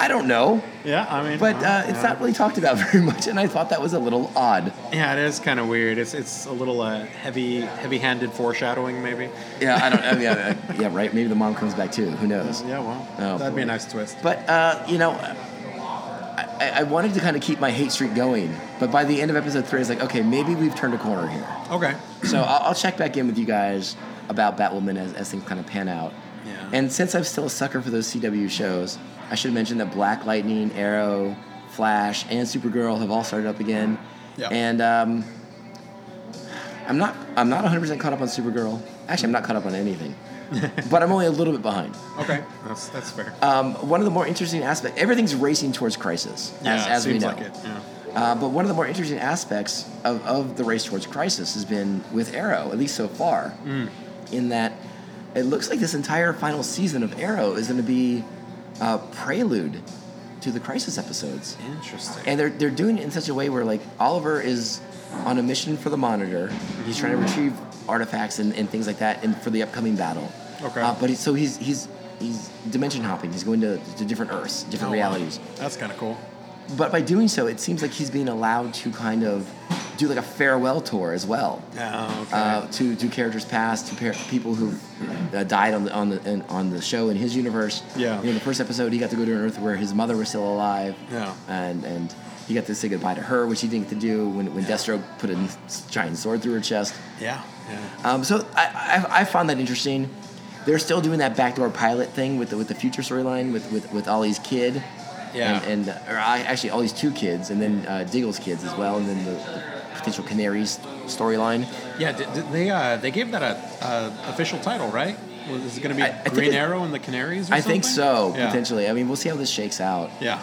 Speaker 1: I don't know.
Speaker 2: Yeah, I mean.
Speaker 1: But
Speaker 2: uh,
Speaker 1: uh, it's
Speaker 2: yeah.
Speaker 1: not really talked about [LAUGHS] very much, and I thought that was a little odd.
Speaker 2: Yeah, it is kind of weird. It's it's a little uh, heavy heavy-handed foreshadowing, maybe.
Speaker 1: Yeah, I don't. I mean, yeah, [LAUGHS] yeah, right. Maybe the mom comes back too. Who knows?
Speaker 2: Yeah, well,
Speaker 1: Oh,
Speaker 2: that'd be
Speaker 1: boy.
Speaker 2: a nice twist.
Speaker 1: But uh, you know, I, I- I wanted to kind of keep my hate streak going, but by the end of episode three, I was like, okay, maybe we've turned a corner here.
Speaker 2: Okay.
Speaker 1: So I'll, I'll check back in with you guys about Batwoman as, as things kind of pan out.
Speaker 2: Yeah.
Speaker 1: And since I'm still a sucker for those CW shows, I should mention that Black Lightning, Arrow, Flash, and Supergirl have all started up again.
Speaker 2: Yeah.
Speaker 1: And um, I'm not I'm not 100% caught up on Supergirl. Actually, I'm not caught up on
Speaker 2: [LAUGHS]
Speaker 1: anything. but I'm only a little bit behind.
Speaker 2: Okay, that's that's fair.
Speaker 1: Um, one of the more interesting aspects, everything's racing towards crisis,
Speaker 2: yeah,
Speaker 1: as, as
Speaker 2: seems
Speaker 1: we know.
Speaker 2: like it. Yeah.
Speaker 1: Uh, but one of the more interesting aspects of, of the race towards crisis has been with Arrow, at least so far,
Speaker 2: Mm.
Speaker 1: in that it looks like this entire final season of Arrow is going to be a prelude to the crisis episodes.
Speaker 2: Interesting.
Speaker 1: And they're, they're doing it in such a way where, like, Oliver is on a mission for the monitor. He's
Speaker 2: Mm.
Speaker 1: trying to retrieve artifacts and, and things like that and for the upcoming battle.
Speaker 2: Okay.
Speaker 1: Uh, but he, so he's, he's, he's dimension hopping, he's going to, to different Earths,
Speaker 2: Oh,
Speaker 1: different
Speaker 2: wow.
Speaker 1: realities.
Speaker 2: That's kind of cool.
Speaker 1: But by doing so, it seems like he's being allowed to kind of do like a farewell tour as well
Speaker 2: Yeah. Okay.
Speaker 1: uh, to to characters past, to par- people who uh, died on the on the in, on the show in his universe.
Speaker 2: Yeah.
Speaker 1: You know, in the first episode, he got to go to an Earth where his mother was still alive.
Speaker 2: Yeah.
Speaker 1: And and he got to say goodbye to her, which he didn't get to do when when Deathstroke put a giant sword through her chest.
Speaker 2: yeah. Yeah.
Speaker 1: Um, so I, I I found that interesting. They're still doing that backdoor pilot thing with the, with the future storyline with with with Ollie's kid.
Speaker 2: Yeah.
Speaker 1: And, and uh, or I, actually Ollie's two kids, and then uh, Diggle's kids as well, and then the, the potential Canaries storyline.
Speaker 2: Yeah. Did, did they uh, they gave that a, a official title, right? Was is it going to be
Speaker 1: I- I think
Speaker 2: Green
Speaker 1: it-
Speaker 2: Arrow and the Canaries? Or
Speaker 1: I think so,
Speaker 2: something? Yeah.
Speaker 1: potentially. I mean, we'll see how this shakes out.
Speaker 2: Yeah.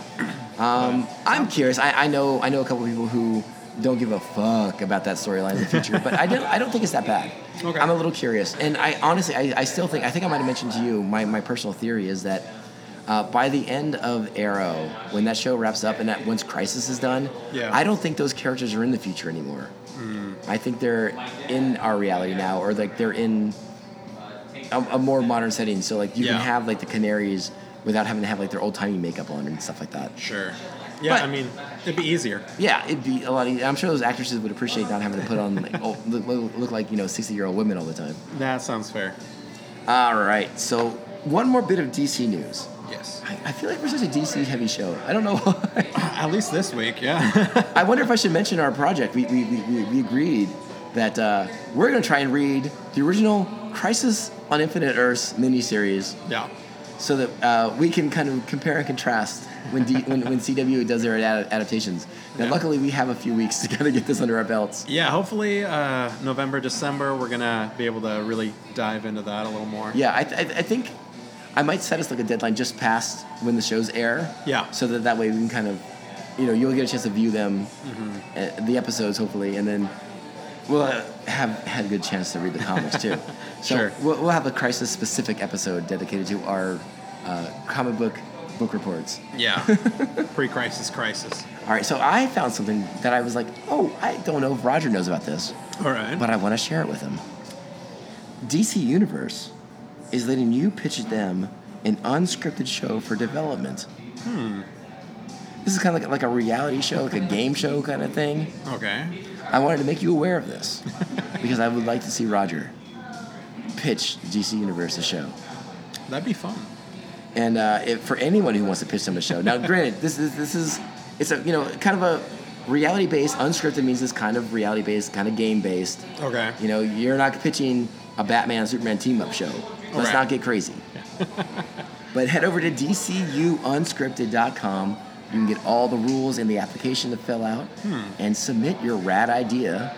Speaker 1: Um, I'm curious. I, I know I know a couple people who don't give a fuck about that storyline in the future, but I don't I don't think it's that bad.
Speaker 2: Okay.
Speaker 1: I'm a little curious, and I honestly I, I still think I think I might have mentioned to you my, my personal theory is that uh, by the end of Arrow, when that show wraps up and that once Crisis is done,
Speaker 2: Yeah. Mm.
Speaker 1: I don't think those characters are in the future anymore. I think they're in our reality now, or like they're in a, a more modern setting. So like you
Speaker 2: Yeah.
Speaker 1: can have like the Canaries without having to have like their old timey makeup on and stuff like that.
Speaker 2: Sure. Yeah.
Speaker 1: But-
Speaker 2: I mean, it'd be easier.
Speaker 1: Yeah, it'd be a lot. Of, I'm sure those actresses would appreciate not having to put on like oh, look, look, look like you know 60 year old women all the time.
Speaker 2: That sounds fair.
Speaker 1: All right, so one more bit of DC news.
Speaker 2: Yes.
Speaker 1: I, I feel like we're such a DC heavy show. I don't know. [LAUGHS] Why.
Speaker 2: At least this week. Yeah. [LAUGHS]
Speaker 1: I wonder if I should mention our project. We we, we, we, we agreed that uh, we're gonna try and read the original Crisis on Infinite Earths miniseries
Speaker 2: yeah.
Speaker 1: so that uh, we can kind of compare and contrast when D, when, when CW does their ad- adaptations. Now,
Speaker 2: Yeah.
Speaker 1: luckily, we have a few weeks to kind of get this under our belts.
Speaker 2: Yeah, hopefully uh, November, December, we're gonna be able to really dive into that a little more.
Speaker 1: Yeah, I, th- I, th- I think I might set us like a deadline just past when the shows air.
Speaker 2: Yeah.
Speaker 1: So that that way we can kind of, you know, you'll get a chance to view them,
Speaker 2: Mm-hmm.
Speaker 1: uh, the episodes hopefully, and then we'll uh, have had a good chance to read the comics
Speaker 2: [LAUGHS]
Speaker 1: too. So
Speaker 2: Sure.
Speaker 1: We'll, we'll have a crisis specific episode dedicated to our uh, comic book book reports.
Speaker 2: Yeah.
Speaker 1: [LAUGHS]
Speaker 2: Pre-crisis, crisis.
Speaker 1: All right, so I found something that I was like, oh, I don't know if Roger knows about this,
Speaker 2: All right.
Speaker 1: but I want to share it with him. DC Universe is letting you pitch them an unscripted show for development. Hmm. This is kind of like, like a reality show, like a game show kind of thing.
Speaker 2: okay.
Speaker 1: I wanted to make you aware of this because I would like to see Roger pitch DC Universe a show.
Speaker 2: That'd be fun.
Speaker 1: and uh, if, for anyone who wants to pitch them a show. Now, granted, this is this is it's a you know kind of a reality based unscripted means it's kind of reality based, kind of game based.
Speaker 2: Okay.
Speaker 1: You know, you're not pitching a Batman and Superman team up show. Let's
Speaker 2: Right.
Speaker 1: not get crazy.
Speaker 2: [LAUGHS]
Speaker 1: but head over to dcuunscripted.com. You can get all the rules and the application to fill out
Speaker 2: Hmm.
Speaker 1: and submit your rad idea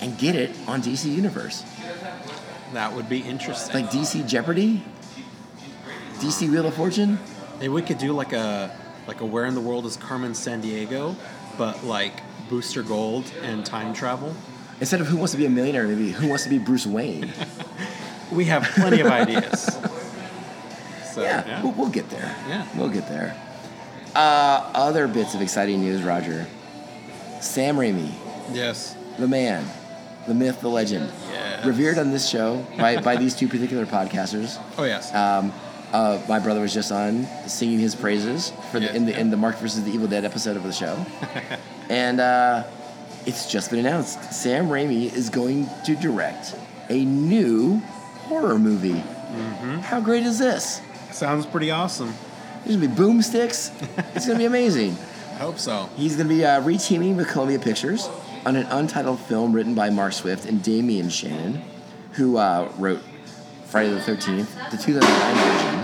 Speaker 1: and get it on DC Universe.
Speaker 2: That would be interesting.
Speaker 1: Like DC Jeopardy, DC Wheel of Fortune.
Speaker 2: Maybe we could do like a like a Where in the World is Carmen San Diego, but like Booster Gold and time travel.
Speaker 1: Instead of who wants to be a millionaire, maybe who wants to be Bruce
Speaker 2: [LAUGHS]
Speaker 1: Wayne?
Speaker 2: We have plenty
Speaker 1: [LAUGHS]
Speaker 2: of ideas. So
Speaker 1: yeah,
Speaker 2: yeah.
Speaker 1: We'll, we'll get there.
Speaker 2: Yeah.
Speaker 1: We'll get there. Uh, other bits of exciting news, Roger. Sam Raimi,
Speaker 2: Yes.
Speaker 1: the man, the myth, the legend,
Speaker 2: Yes.
Speaker 1: revered on this show by, by these two particular podcasters.
Speaker 2: Oh yes.
Speaker 1: Um, uh, my brother was just on singing his praises for the,
Speaker 2: Yeah,
Speaker 1: in the
Speaker 2: yeah.
Speaker 1: in the Mark versus the Evil Dead episode of the
Speaker 2: [LAUGHS]
Speaker 1: show, and uh, it's just been announced. Sam Raimi is going to direct a new horror movie.
Speaker 2: Mm-hmm.
Speaker 1: How great is this?
Speaker 2: Sounds pretty awesome.
Speaker 1: There's gonna be boomsticks. It's gonna be amazing.
Speaker 2: I hope so.
Speaker 1: He's gonna be uh, reteaming with Columbia Pictures on an untitled film written by Mark Swift and Damian Shannon, who uh, wrote Friday the Thirteenth, the 2009 version.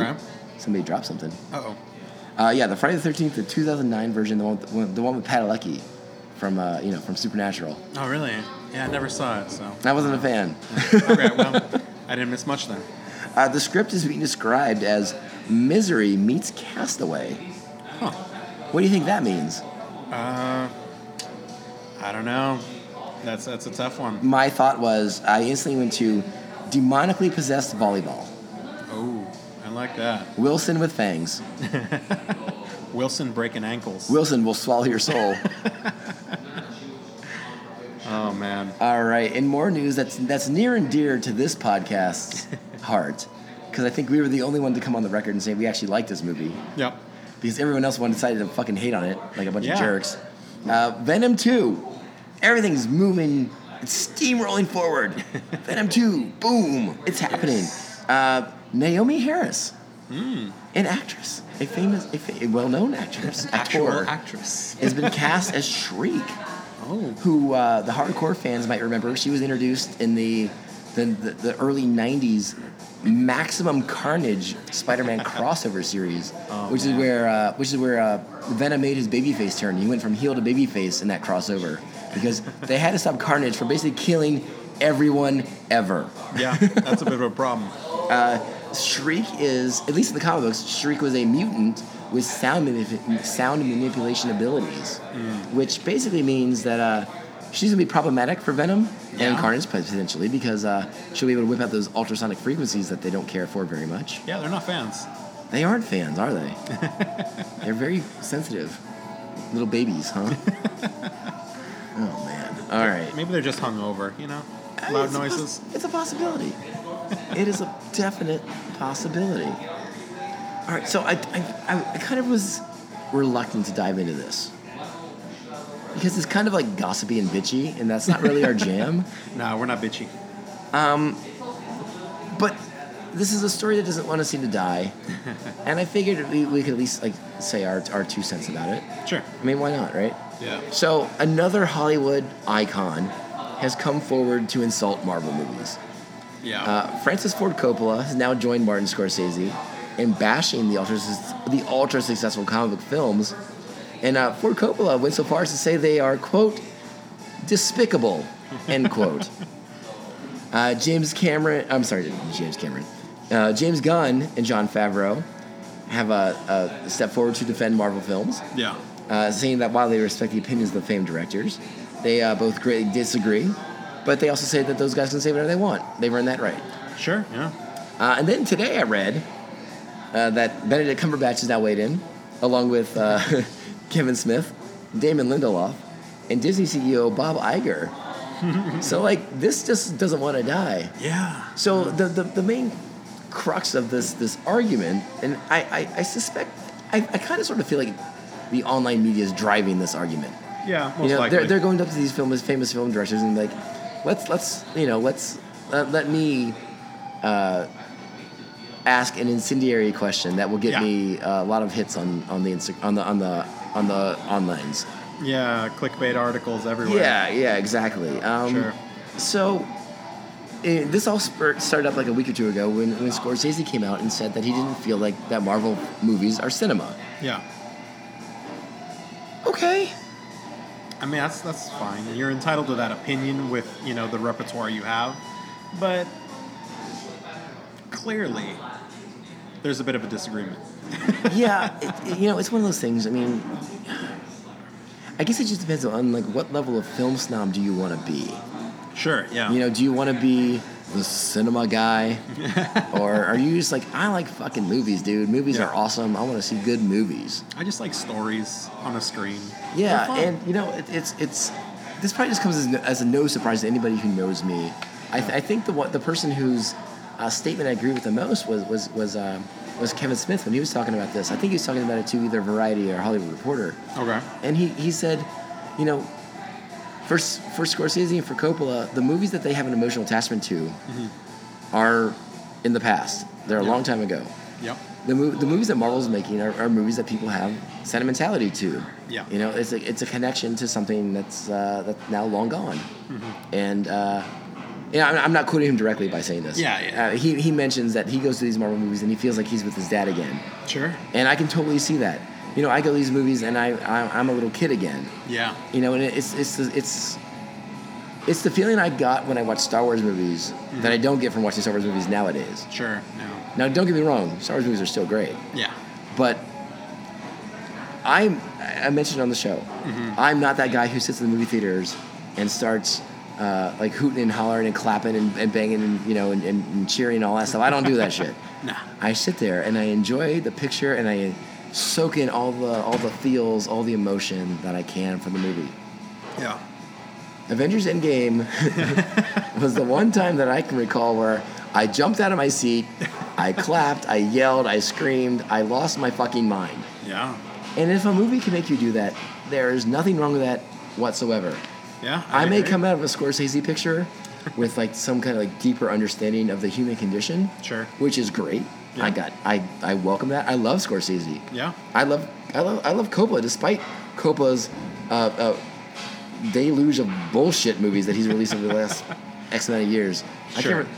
Speaker 2: Okay.
Speaker 1: Somebody dropped something.
Speaker 2: Uh oh.
Speaker 1: Uh, yeah, the Friday the Thirteenth, the 2009 version, the one, with- one, the one with Padalecki from uh, you know from Supernatural.
Speaker 2: Oh really? Yeah, I never saw it, so
Speaker 1: I wasn't a fan.
Speaker 2: Okay, well I didn't miss much then.
Speaker 1: Uh, the script is being described as misery meets Castaway.
Speaker 2: Huh.
Speaker 1: What do you think that means?
Speaker 2: Uh I don't know. That's that's a tough one.
Speaker 1: My thought was I instantly went to demonically possessed volleyball.
Speaker 2: Oh, I like that.
Speaker 1: Wilson with fangs.
Speaker 2: Wilson breaking ankles.
Speaker 1: Wilson will swallow your
Speaker 2: [LAUGHS]
Speaker 1: soul.
Speaker 2: oh man.
Speaker 1: All right, and more news that's that's near and dear to this podcast's heart, because I think we were the only one to come on the record and say we actually liked this movie.
Speaker 2: Yep.
Speaker 1: because everyone else one decided to fucking hate on it like a bunch of
Speaker 2: Yeah.
Speaker 1: jerks. Uh, Venom 2, everything's moving, it's steamrolling forward.
Speaker 2: [LAUGHS]
Speaker 1: Venom 2, boom, it's happening. Uh, Naomi Harris,
Speaker 2: Hmm.
Speaker 1: an actress, a famous, a, fa- a well-known
Speaker 2: [LAUGHS]
Speaker 1: actress, actor,
Speaker 2: actress.
Speaker 1: has been cast as Shriek,
Speaker 2: Oh.
Speaker 1: who uh, the hardcore fans might remember. She was introduced in the the, the, the early '90s Maximum Carnage Spider-Man
Speaker 2: [LAUGHS]
Speaker 1: crossover series, which is
Speaker 2: Oh, man.
Speaker 1: where uh, which is where uh, Venom made his babyface turn. He went from heel to babyface in that crossover because they had to stop Carnage from basically killing everyone ever.
Speaker 2: [LAUGHS] Yeah, that's a bit of a problem.
Speaker 1: Shriek is, at least in the comic books, Shriek was a mutant with sound, manip- sound manipulation abilities, which basically means that uh, she's gonna be problematic for Venom and
Speaker 2: Yeah.
Speaker 1: Carnage potentially because uh, she'll be able to whip out those ultrasonic frequencies that they don't care for very much.
Speaker 2: Yeah, they're not fans.
Speaker 1: They aren't fans, are they? They're very sensitive little babies, huh? oh man! All right.
Speaker 2: Maybe they're just hungover, you know?
Speaker 1: I mean,
Speaker 2: Loud
Speaker 1: it's a poss-
Speaker 2: noises.
Speaker 1: it's a possibility. it is a definite possibility. All right, so I, I, I- I kind of was reluctant to dive into this because it's kind of like gossipy and bitchy, and that's not really our
Speaker 2: [LAUGHS]
Speaker 1: jam.
Speaker 2: Nah, we're not bitchy.
Speaker 1: But this is a story that doesn't want to see to die, and I figured we, we could at least like say our, our two cents about it.
Speaker 2: Sure.
Speaker 1: I mean, why not, right?
Speaker 2: Yeah.
Speaker 1: So another Hollywood icon has come forward to insult Marvel movies.
Speaker 2: Yeah.
Speaker 1: Uh, Francis Ford Coppola has now joined Martin Scorsese in bashing the ultra the ultra successful comic book films, and uh, Ford Coppola went so far as to say they are quote despicable end quote. Uh, James Cameron, I'm sorry, James Cameron, uh, James Gunn and John Favreau have uh, uh, stepped forward to defend Marvel films
Speaker 2: yeah.
Speaker 1: uh, saying that while they respect the opinions of the famed directors, they uh, both greatly disagree, but they also say that those guys can say whatever they want. They've earned that right.
Speaker 2: Sure. Yeah.
Speaker 1: Uh, and then today I read uh, that Benedict Cumberbatch has now weighed in, along with uh, [LAUGHS] Kevin Smith, Damon Lindelof, and Disney CEO Bob Iger. so like this just doesn't want to die.
Speaker 2: Yeah.
Speaker 1: So the, the, the main crux of this this argument, and I, I, I suspect I, I kind of sort of feel like the online media is driving this argument.
Speaker 2: Yeah, most
Speaker 1: You know,
Speaker 2: likely.
Speaker 1: they're, they're going up to these film, famous film directors and like, let's let's you know let's uh, let me uh, ask an incendiary question that will get
Speaker 2: Yeah.
Speaker 1: me uh, a lot of hits on on the Insta- on the on the on the onlines.
Speaker 2: yeah, clickbait articles everywhere.
Speaker 1: Yeah, yeah, exactly. Um,
Speaker 2: Sure.
Speaker 1: So eh, this all spur- started up like a week or two ago when, when Scorsese came out and said that he didn't feel like that Marvel movies are cinema.
Speaker 2: Yeah.
Speaker 1: Okay.
Speaker 2: I mean, that's that's fine. You're entitled to that opinion with you know the repertoire you have, but clearly there's a bit of a disagreement.
Speaker 1: yeah, it, it- you know, it's one of those things. I mean, I guess it just depends on like what level of film snob do you want to be.
Speaker 2: Sure. Yeah.
Speaker 1: You know, do you want to be the cinema [LAUGHS] guy, or are you just like I like fucking movies, dude? Movies
Speaker 2: Yeah.
Speaker 1: are awesome. I want to see good movies.
Speaker 2: I just like stories on a screen. They're
Speaker 1: Yeah,
Speaker 2: fun.
Speaker 1: and you know, it, it's it's this probably just comes as, no, as a no surprise to anybody who knows me. I, th- I think the what the person whose uh, statement I agree with the most was was was um, was Kevin Smith when he was talking about this. I think he was talking about it to either Variety or Hollywood Reporter,
Speaker 2: okay.
Speaker 1: and he he said, you know. For, S- for Scorsese and for Coppola, the movies that they have an emotional attachment to are in the past. They're a
Speaker 2: Mm-hmm. Yeah.
Speaker 1: long time ago.
Speaker 2: Yep.
Speaker 1: The, mov- the movies that Marvel's making are, are movies that people have sentimentality to.
Speaker 2: Yeah.
Speaker 1: You know, it's a, it's a connection to something that's uh, that's now long gone.
Speaker 2: Mm-hmm.
Speaker 1: And, uh, yeah, I'm, I'm not quoting him directly by saying this.
Speaker 2: Yeah, yeah.
Speaker 1: Uh, he, he mentions that he goes to these Marvel movies and he feels like he's with his dad again.
Speaker 2: Sure.
Speaker 1: And I can totally see that. You know, I go to these movies and I, I, I'm a little kid again.
Speaker 2: Yeah.
Speaker 1: You know, and it's, it's, it's, it's the feeling I got when I watched Star Wars movies that I don't get from watching Star Wars movies nowadays.
Speaker 2: Sure. Yeah.
Speaker 1: Now, don't get me wrong, Star Wars movies are still great,
Speaker 2: Yeah.
Speaker 1: but I'm, I mentioned on the show, I'm not that guy who sits in the movie theaters and starts uh, like hooting and hollering and clapping and, and banging and, you know, and, and, and cheering and all that stuff. I don't do that shit.
Speaker 2: Nah.
Speaker 1: I sit there and I enjoy the picture and I soak in all the, all the feels, all the emotion that I can from the movie.
Speaker 2: Yeah.
Speaker 1: Avengers Endgame [LAUGHS] was the one time that I can recall where I jumped out of my seat, I clapped, I yelled, I screamed, I lost my fucking mind.
Speaker 2: Yeah.
Speaker 1: And if a movie can make you do that, there is nothing wrong with that whatsoever.
Speaker 2: Yeah.
Speaker 1: I may
Speaker 2: agree.
Speaker 1: come out of a Scorsese picture with like some kind of like deeper understanding of the human condition,
Speaker 2: Sure.
Speaker 1: which is great.
Speaker 2: Yeah.
Speaker 1: I got I, I welcome that. I love Scorsese.
Speaker 2: Yeah.
Speaker 1: I love I love I love Coppola despite Coppola's uh, uh, deluge of bullshit movies that he's released over the
Speaker 2: [LAUGHS]
Speaker 1: last X amount of years. I
Speaker 2: Sure.
Speaker 1: can't re-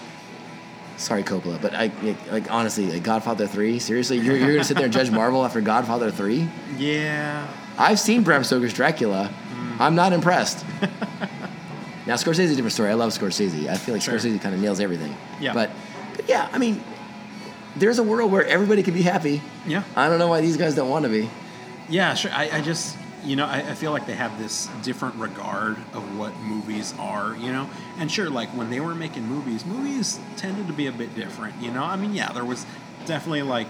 Speaker 1: Sorry, Coppola, but I like honestly, like Godfather three. Seriously, you're, you're gonna sit there and judge Marvel after Godfather three?
Speaker 2: Yeah.
Speaker 1: I've seen Bram Stoker's Dracula.
Speaker 2: Mm.
Speaker 1: I'm not
Speaker 2: [LAUGHS]
Speaker 1: impressed. now Scorsese is a different story. I love Scorsese. I feel like
Speaker 2: Sure.
Speaker 1: Scorsese kind of nails everything.
Speaker 2: Yeah.
Speaker 1: But, but yeah, I mean, there's a world where everybody can be happy.
Speaker 2: Yeah.
Speaker 1: I don't know why these guys don't want to be.
Speaker 2: Yeah, sure. I, I just, you know, I, I feel like they have this different regard of what movies are, you know? And sure, like when they were making movies, movies tended to be a bit different, you know? I mean, yeah, there was definitely like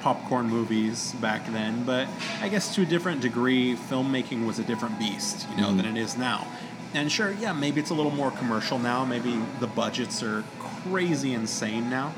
Speaker 2: popcorn movies back then, but I guess to a different degree, filmmaking was a different beast, you know, than it is now. And sure, yeah, maybe it's a little more commercial now. Maybe the budgets are crazy insane now.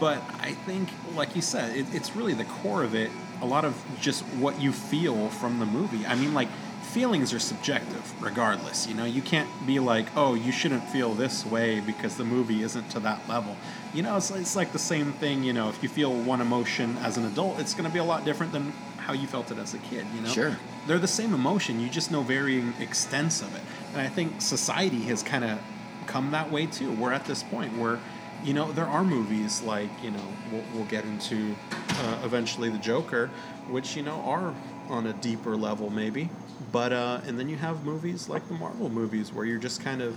Speaker 2: But I think, like you said, it, it's really the core of it. A lot of just what you feel from the movie. I mean, like, feelings are subjective regardless. You know, you can't be like, oh, you shouldn't feel this way because the movie isn't to that level. You know, it's, it's like the same thing, you know, if you feel one emotion as an adult, it's going to be a lot different than how you felt it as a kid, you know?
Speaker 1: Sure.
Speaker 2: They're the same emotion, you just know varying extents of it. And I think society has kind of come that way too. We're at this point where, you know, there are movies like, you know, we'll, we'll get into uh, eventually The Joker, which, you know, are on a deeper level maybe. But, uh, and then you have movies like the Marvel movies where you're just kind of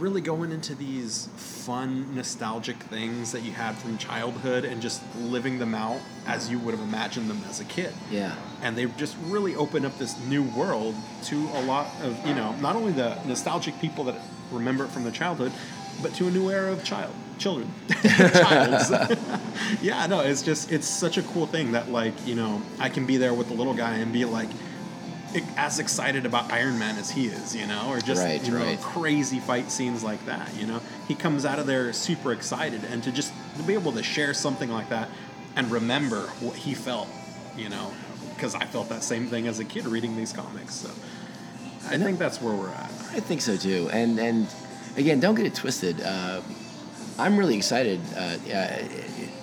Speaker 2: really going into these fun, nostalgic things that you had from childhood and just living them out as you would have imagined them as a kid
Speaker 1: Yeah.
Speaker 2: and they've just really opened up this new world to a lot of you know not only the nostalgic people that remember it from their childhood but to a new era of child children. [LAUGHS] Childs. [LAUGHS] yeah, no, it's just it's such a cool thing that like you know I can be there with the little guy and be like e- as excited about Iron Man as he is, you know, or just
Speaker 1: Right,
Speaker 2: you know,
Speaker 1: right.
Speaker 2: crazy fight scenes like that. You know, he comes out of there super excited, and to just to be able to share something like that and remember what he felt, you know, because I felt that same thing as a kid reading these comics. So I think that's where we're at.
Speaker 1: I think so too. And and again, don't get it twisted. Uh, I'm really excited. Uh, uh,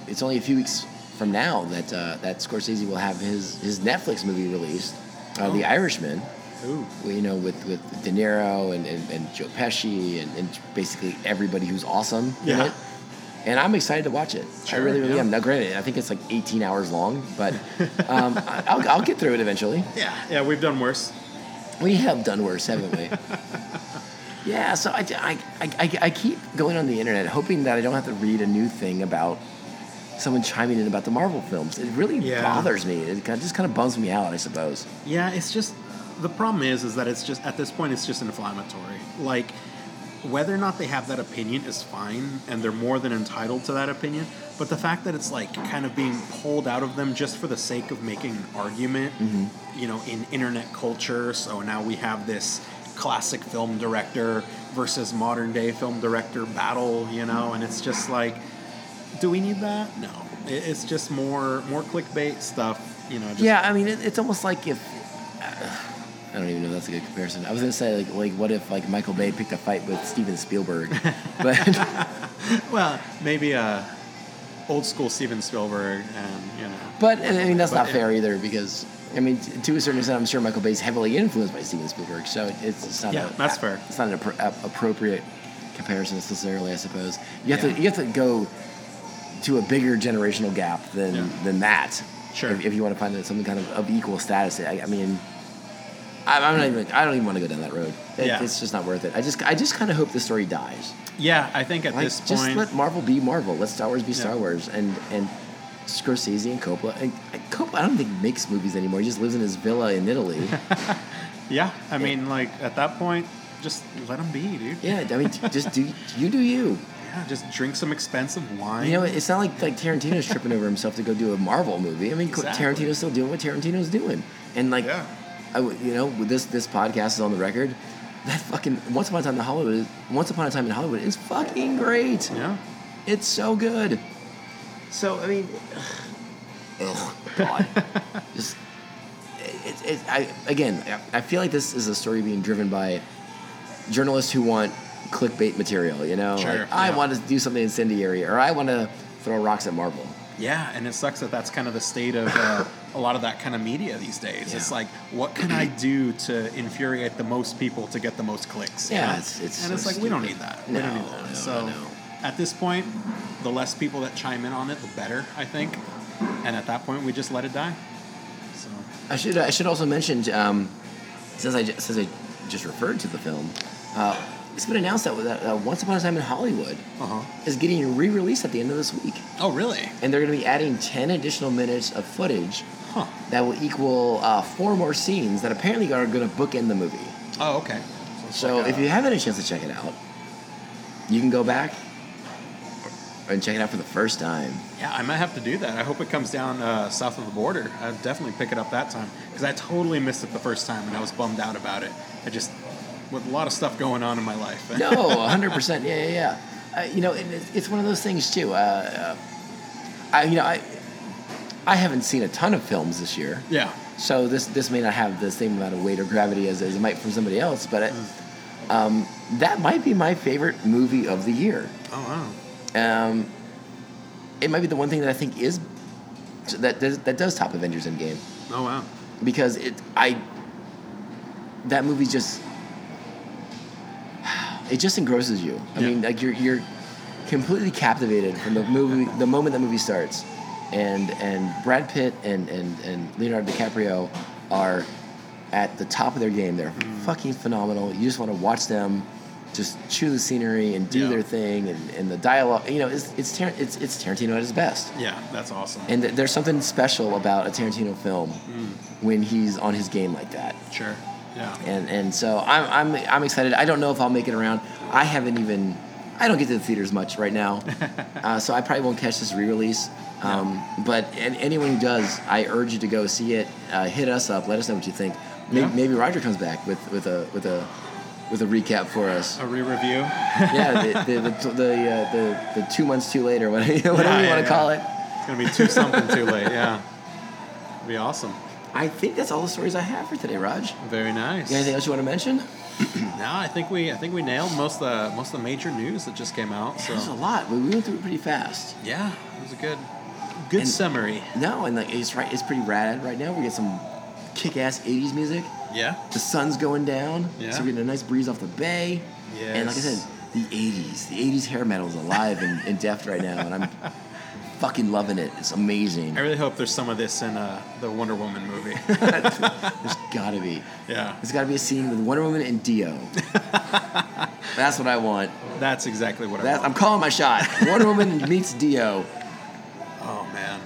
Speaker 1: it's only a few weeks from now that uh, that Scorsese will have his his Netflix movie released, uh, The
Speaker 2: Oh.
Speaker 1: Irishman.
Speaker 2: Ooh.
Speaker 1: You know, with, with De Niro and, and, and Joe Pesci and, and basically everybody who's awesome in
Speaker 2: Yeah.
Speaker 1: it. And I'm excited to watch it. I
Speaker 2: Sure,
Speaker 1: really, really
Speaker 2: yeah.
Speaker 1: am. Now, granted, I think it's like 18 hours long, but um, I- I'll, I'll get through it eventually.
Speaker 2: Yeah, yeah, we've done worse.
Speaker 1: We have done worse, haven't
Speaker 2: [LAUGHS]
Speaker 1: we? yeah, so I, I, I, I keep going on the internet hoping that I don't have to read a new thing about someone chiming in about the Marvel films. It really
Speaker 2: Yeah.
Speaker 1: bothers me. It kind of- just kind of bums me out, I suppose.
Speaker 2: Yeah, it's just the problem is is that it's just at this point it's just inflammatory. Like whether or not they have that opinion is fine and they're more than entitled to that opinion, but the fact that it's like kind of being pulled out of them just for the sake of making an argument, you know, in internet culture, so now we have this classic film director versus modern day film director battle, you know, and it's just like do we need that? No. It- It's just more more clickbait stuff, you know, just
Speaker 1: Yeah, I mean, it, it's almost like if. I don't even know if that's a good comparison. I was gonna say like like what if like Michael Bay picked a fight with Steven [LAUGHS] Spielberg, but
Speaker 2: Well, maybe uh, old school Steven Spielberg, and you know.
Speaker 1: but I mean that's not
Speaker 2: But-
Speaker 1: fair either because I mean t- to a certain extent I'm sure Michael Bay's heavily influenced by Steven Spielberg, so it, it's, it's not
Speaker 2: Yeah,
Speaker 1: a-
Speaker 2: that's fair.
Speaker 1: It's not an appro- a- appropriate comparison necessarily, I suppose. You have
Speaker 2: Yeah.
Speaker 1: to you have to go to a bigger generational gap than
Speaker 2: Yeah.
Speaker 1: than that.
Speaker 2: Sure.
Speaker 1: If, if you want to find out something kind of of equal status, I, I mean, I, I'm not even. I don't even want to go down that road. It,
Speaker 2: Yeah.
Speaker 1: It's just not worth it. I just I just kind of hope the story dies.
Speaker 2: Yeah, I think at
Speaker 1: Like,
Speaker 2: this
Speaker 1: just
Speaker 2: point,
Speaker 1: let Marvel be Marvel. Let Star Wars be Star
Speaker 2: Yeah.
Speaker 1: Wars, and and Scorsese and Coppola. And, and Coppola, I don't think makes movies anymore. He just lives in his villa in
Speaker 2: [LAUGHS]
Speaker 1: Italy.
Speaker 2: yeah, I mean, like at that point, just let them be, dude.
Speaker 1: yeah, I mean, just do you do you.
Speaker 2: Yeah, just drink some expensive wine.
Speaker 1: You know, it's not like like Tarantino's tripping over himself to go do a Marvel movie. I mean, Co-
Speaker 2: Exactly.
Speaker 1: Tarantino's still doing what Tarantino's doing, and like,
Speaker 2: Yeah.
Speaker 1: I would you know, with this this podcast is on the record. That fucking Once Upon a Time in Hollywood. Is, Once Upon a Time in Hollywood is fucking great.
Speaker 2: yeah.
Speaker 1: It's so good. So I mean, oh
Speaker 2: [LAUGHS]
Speaker 1: God, just it, it, it, I again, I I feel like this is a story being driven by journalists who want clickbait material. You know,
Speaker 2: Sure,
Speaker 1: like I
Speaker 2: yeah.
Speaker 1: want to do something incendiary, or I want to throw rocks at Marvel.
Speaker 2: Yeah, and it sucks that that's kind of the state of uh, a lot of that kind of media these days. It's
Speaker 1: Yeah.
Speaker 2: like, what can I do to infuriate the most people to get the most clicks? you
Speaker 1: Yeah,
Speaker 2: know?
Speaker 1: it's- it's
Speaker 2: and it's
Speaker 1: so
Speaker 2: like we don't need
Speaker 1: stupid.
Speaker 2: that. we don't
Speaker 1: No,
Speaker 2: need that.
Speaker 1: no,
Speaker 2: so
Speaker 1: no.
Speaker 2: at this point, the less people that chime in on it, the better, I think. And at that point, we just let it die. So
Speaker 1: I should I should also mention um, since I ju- since I just referred to the film, uh, it's been announced that, that uh, Once Upon a Time in Hollywood
Speaker 2: Uh-huh.
Speaker 1: is getting re-released at the end of this week.
Speaker 2: oh really?
Speaker 1: and they're going to be adding 10 additional minutes of footage
Speaker 2: Huh.
Speaker 1: that will equal uh, four more scenes that apparently are going to bookend the movie.
Speaker 2: Oh okay. it's
Speaker 1: So
Speaker 2: like,
Speaker 1: if
Speaker 2: uh,
Speaker 1: you haven't had a chance to check it out, you can go back and check it out for the first time.
Speaker 2: Yeah, I might have to do that. I hope it comes down uh, south of the border. I'd definitely pick it up that time because I totally missed it the first time and I was bummed out about it. I just, with a lot of stuff going on in my life.
Speaker 1: No, 100%. Yeah, yeah, yeah. Uh, you know, and it's, it's one of those things too. Uh, uh, I, you know, I, I haven't seen a ton of films this year.
Speaker 2: [LAUGHS] yeah.
Speaker 1: So this this may not have the same amount of weight or gravity as, as it might from somebody else, but it, um, that might be my favorite movie of the year.
Speaker 2: Oh, wow.
Speaker 1: Um, it might be the one thing that I think is that does, that does top Avengers Endgame
Speaker 2: Oh, wow.
Speaker 1: because it I that movie just [SIGHS] it just engrosses you. I
Speaker 2: Yeah.
Speaker 1: mean, like you're you're completely captivated from the movie the moment that movie starts, and and Brad Pitt and and and Leonardo DiCaprio are at the top of their game. They're
Speaker 2: Mm.
Speaker 1: fucking phenomenal. You just want to watch them. Just chew the scenery and do
Speaker 2: Yeah.
Speaker 1: their thing, and, and the dialogue. You know, it's it's, Tar- it's it's Tarantino at his best.
Speaker 2: Yeah, that's awesome.
Speaker 1: And th- there's something special about a Tarantino film
Speaker 2: Mm.
Speaker 1: when he's on his game like that.
Speaker 2: sure. Yeah.
Speaker 1: And and so I'm I'm I'm excited. I don't know if I'll make it around. I haven't even I don't get to the theaters much right
Speaker 2: [LAUGHS]
Speaker 1: now, uh, so I probably won't catch this re-release. Um, But and anyone who does, I urge you to go see it. Uh, hit us up. Let us know what you think. Maybe,
Speaker 2: Yeah.
Speaker 1: maybe Roger comes back with, with a with a with a recap for us.
Speaker 2: [LAUGHS] A re-review.
Speaker 1: yeah, the the the the, uh, the, the two months too late or whatever, [LAUGHS] whatever
Speaker 2: Yeah,
Speaker 1: you
Speaker 2: yeah,
Speaker 1: want to
Speaker 2: yeah.
Speaker 1: call it.
Speaker 2: It's gonna be two something too late. Yeah, It'd be awesome.
Speaker 1: I think that's all the stories I have for today, Raj.
Speaker 2: Very nice.
Speaker 1: You got anything else you want to mention?
Speaker 2: No, I think we I think we nailed most of the most of the major news that just came out.
Speaker 1: There's a
Speaker 2: So
Speaker 1: lot. We we went through it pretty fast.
Speaker 2: yeah, it was a good good
Speaker 1: And-
Speaker 2: summary.
Speaker 1: No, and like it's right. It's pretty rad right now. We get some kick-ass '80s music.
Speaker 2: Yeah.
Speaker 1: The sun's going down,
Speaker 2: Yeah.
Speaker 1: so we're getting a nice breeze off the bay. And like I
Speaker 2: Yes.
Speaker 1: said, the '80s, the '80s hair metal is alive and, and deft right now, and I'm fucking loving it. It's amazing.
Speaker 2: I really hope there's some of this in uh, the Wonder Woman movie.
Speaker 1: [LAUGHS]
Speaker 2: [LAUGHS]
Speaker 1: There's gotta be.
Speaker 2: yeah,
Speaker 1: There's gotta be a scene with Wonder Woman and Dio.
Speaker 2: [LAUGHS]
Speaker 1: That's what I want.
Speaker 2: that's exactly what I
Speaker 1: That's, I'm
Speaker 2: want.
Speaker 1: calling my shot. Wonder Woman meets Dio.
Speaker 2: Oh man,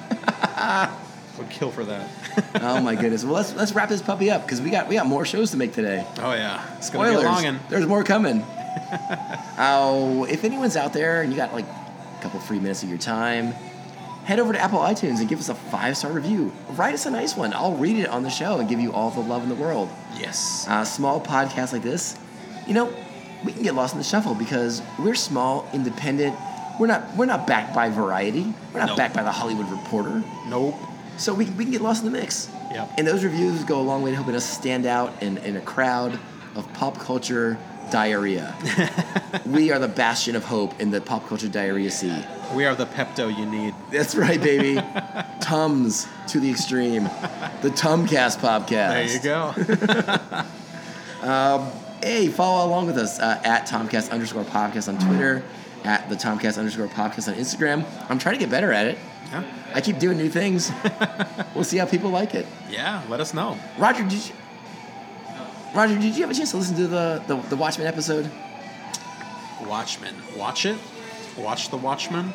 Speaker 1: [LAUGHS]
Speaker 2: would kill for that. [LAUGHS]
Speaker 1: Oh my goodness. Well, let's let's wrap this puppy up because we got we got more shows to make today.
Speaker 2: Oh yeah, it's gonna
Speaker 1: Spoilers.
Speaker 2: be a long one.
Speaker 1: There's more coming. [LAUGHS] oh, if anyone's out there and you got like a couple free minutes of your time, head over to Apple iTunes and give us a five star review. Write us a nice one. I'll read it on the show and give you all the love in the world.
Speaker 2: Yes.
Speaker 1: Uh, small podcasts like this, you know, we can get lost in the shuffle because we're small, independent. We're not we're not backed by Variety. We're not
Speaker 2: No.
Speaker 1: backed by the Hollywood Reporter.
Speaker 2: Nope.
Speaker 1: So we, we can get lost in the mix.
Speaker 2: Yep.
Speaker 1: And those reviews go a long way to helping us stand out in, in a crowd of pop culture
Speaker 2: [LAUGHS]
Speaker 1: diarrhea. we are the bastion of hope in the pop culture diarrhea sea.
Speaker 2: We are the Pepto you need.
Speaker 1: That's right,
Speaker 2: [LAUGHS]
Speaker 1: baby. Tums to the extreme. The Tumcast podcast.
Speaker 2: There you
Speaker 1: [LAUGHS]
Speaker 2: go.
Speaker 1: Hey, follow along with us uh, at Tomcast underscore podcast on Twitter, at the Tomcast underscore podcast on Instagram. I'm trying to get better at it.
Speaker 2: yeah.
Speaker 1: I keep doing new
Speaker 2: [LAUGHS]
Speaker 1: things. we'll see how people like it.
Speaker 2: yeah. Let us know.
Speaker 1: Roger, did you, Roger, did you have a chance to listen to the, the, the Watchmen episode?
Speaker 2: Watchmen. Watch it. Watch the Watchmen.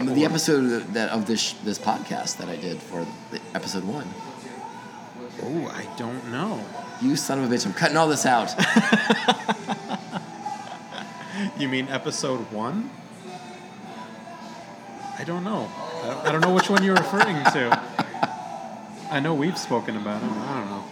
Speaker 1: The episode that of this this podcast that I did for the, episode one.
Speaker 2: Oh, I don't know.
Speaker 1: You son of a bitch! I'm cutting all this out.
Speaker 2: You mean episode one? I don't know. I don't, I don't know which one you're referring to. I know we've spoken about it. I don't know.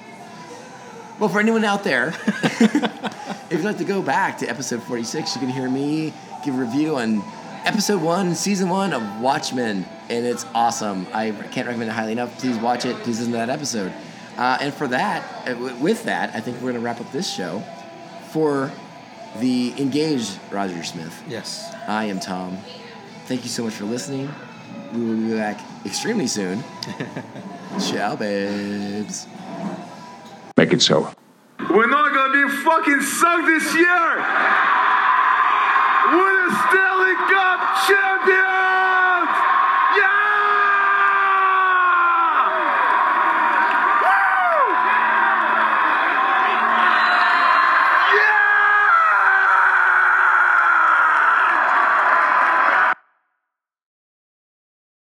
Speaker 1: well, for anyone out there, [LAUGHS] if you'd like to go back to episode 46, you can hear me give a review on episode one, season one of Watchmen, and it's awesome. I can't recommend it highly enough. Please watch it. Please listen to that episode. Uh, and for that, uh, w- with that, I think we're going to wrap up this show. For the engaged Roger Smith,
Speaker 2: Yes.
Speaker 1: I am Tom. Thank you so much for listening. We will be back extremely soon. Ciao, babes.
Speaker 3: Make it so.
Speaker 4: We're not gonna be fucking sunk this year. We're the Stanley Cup champions.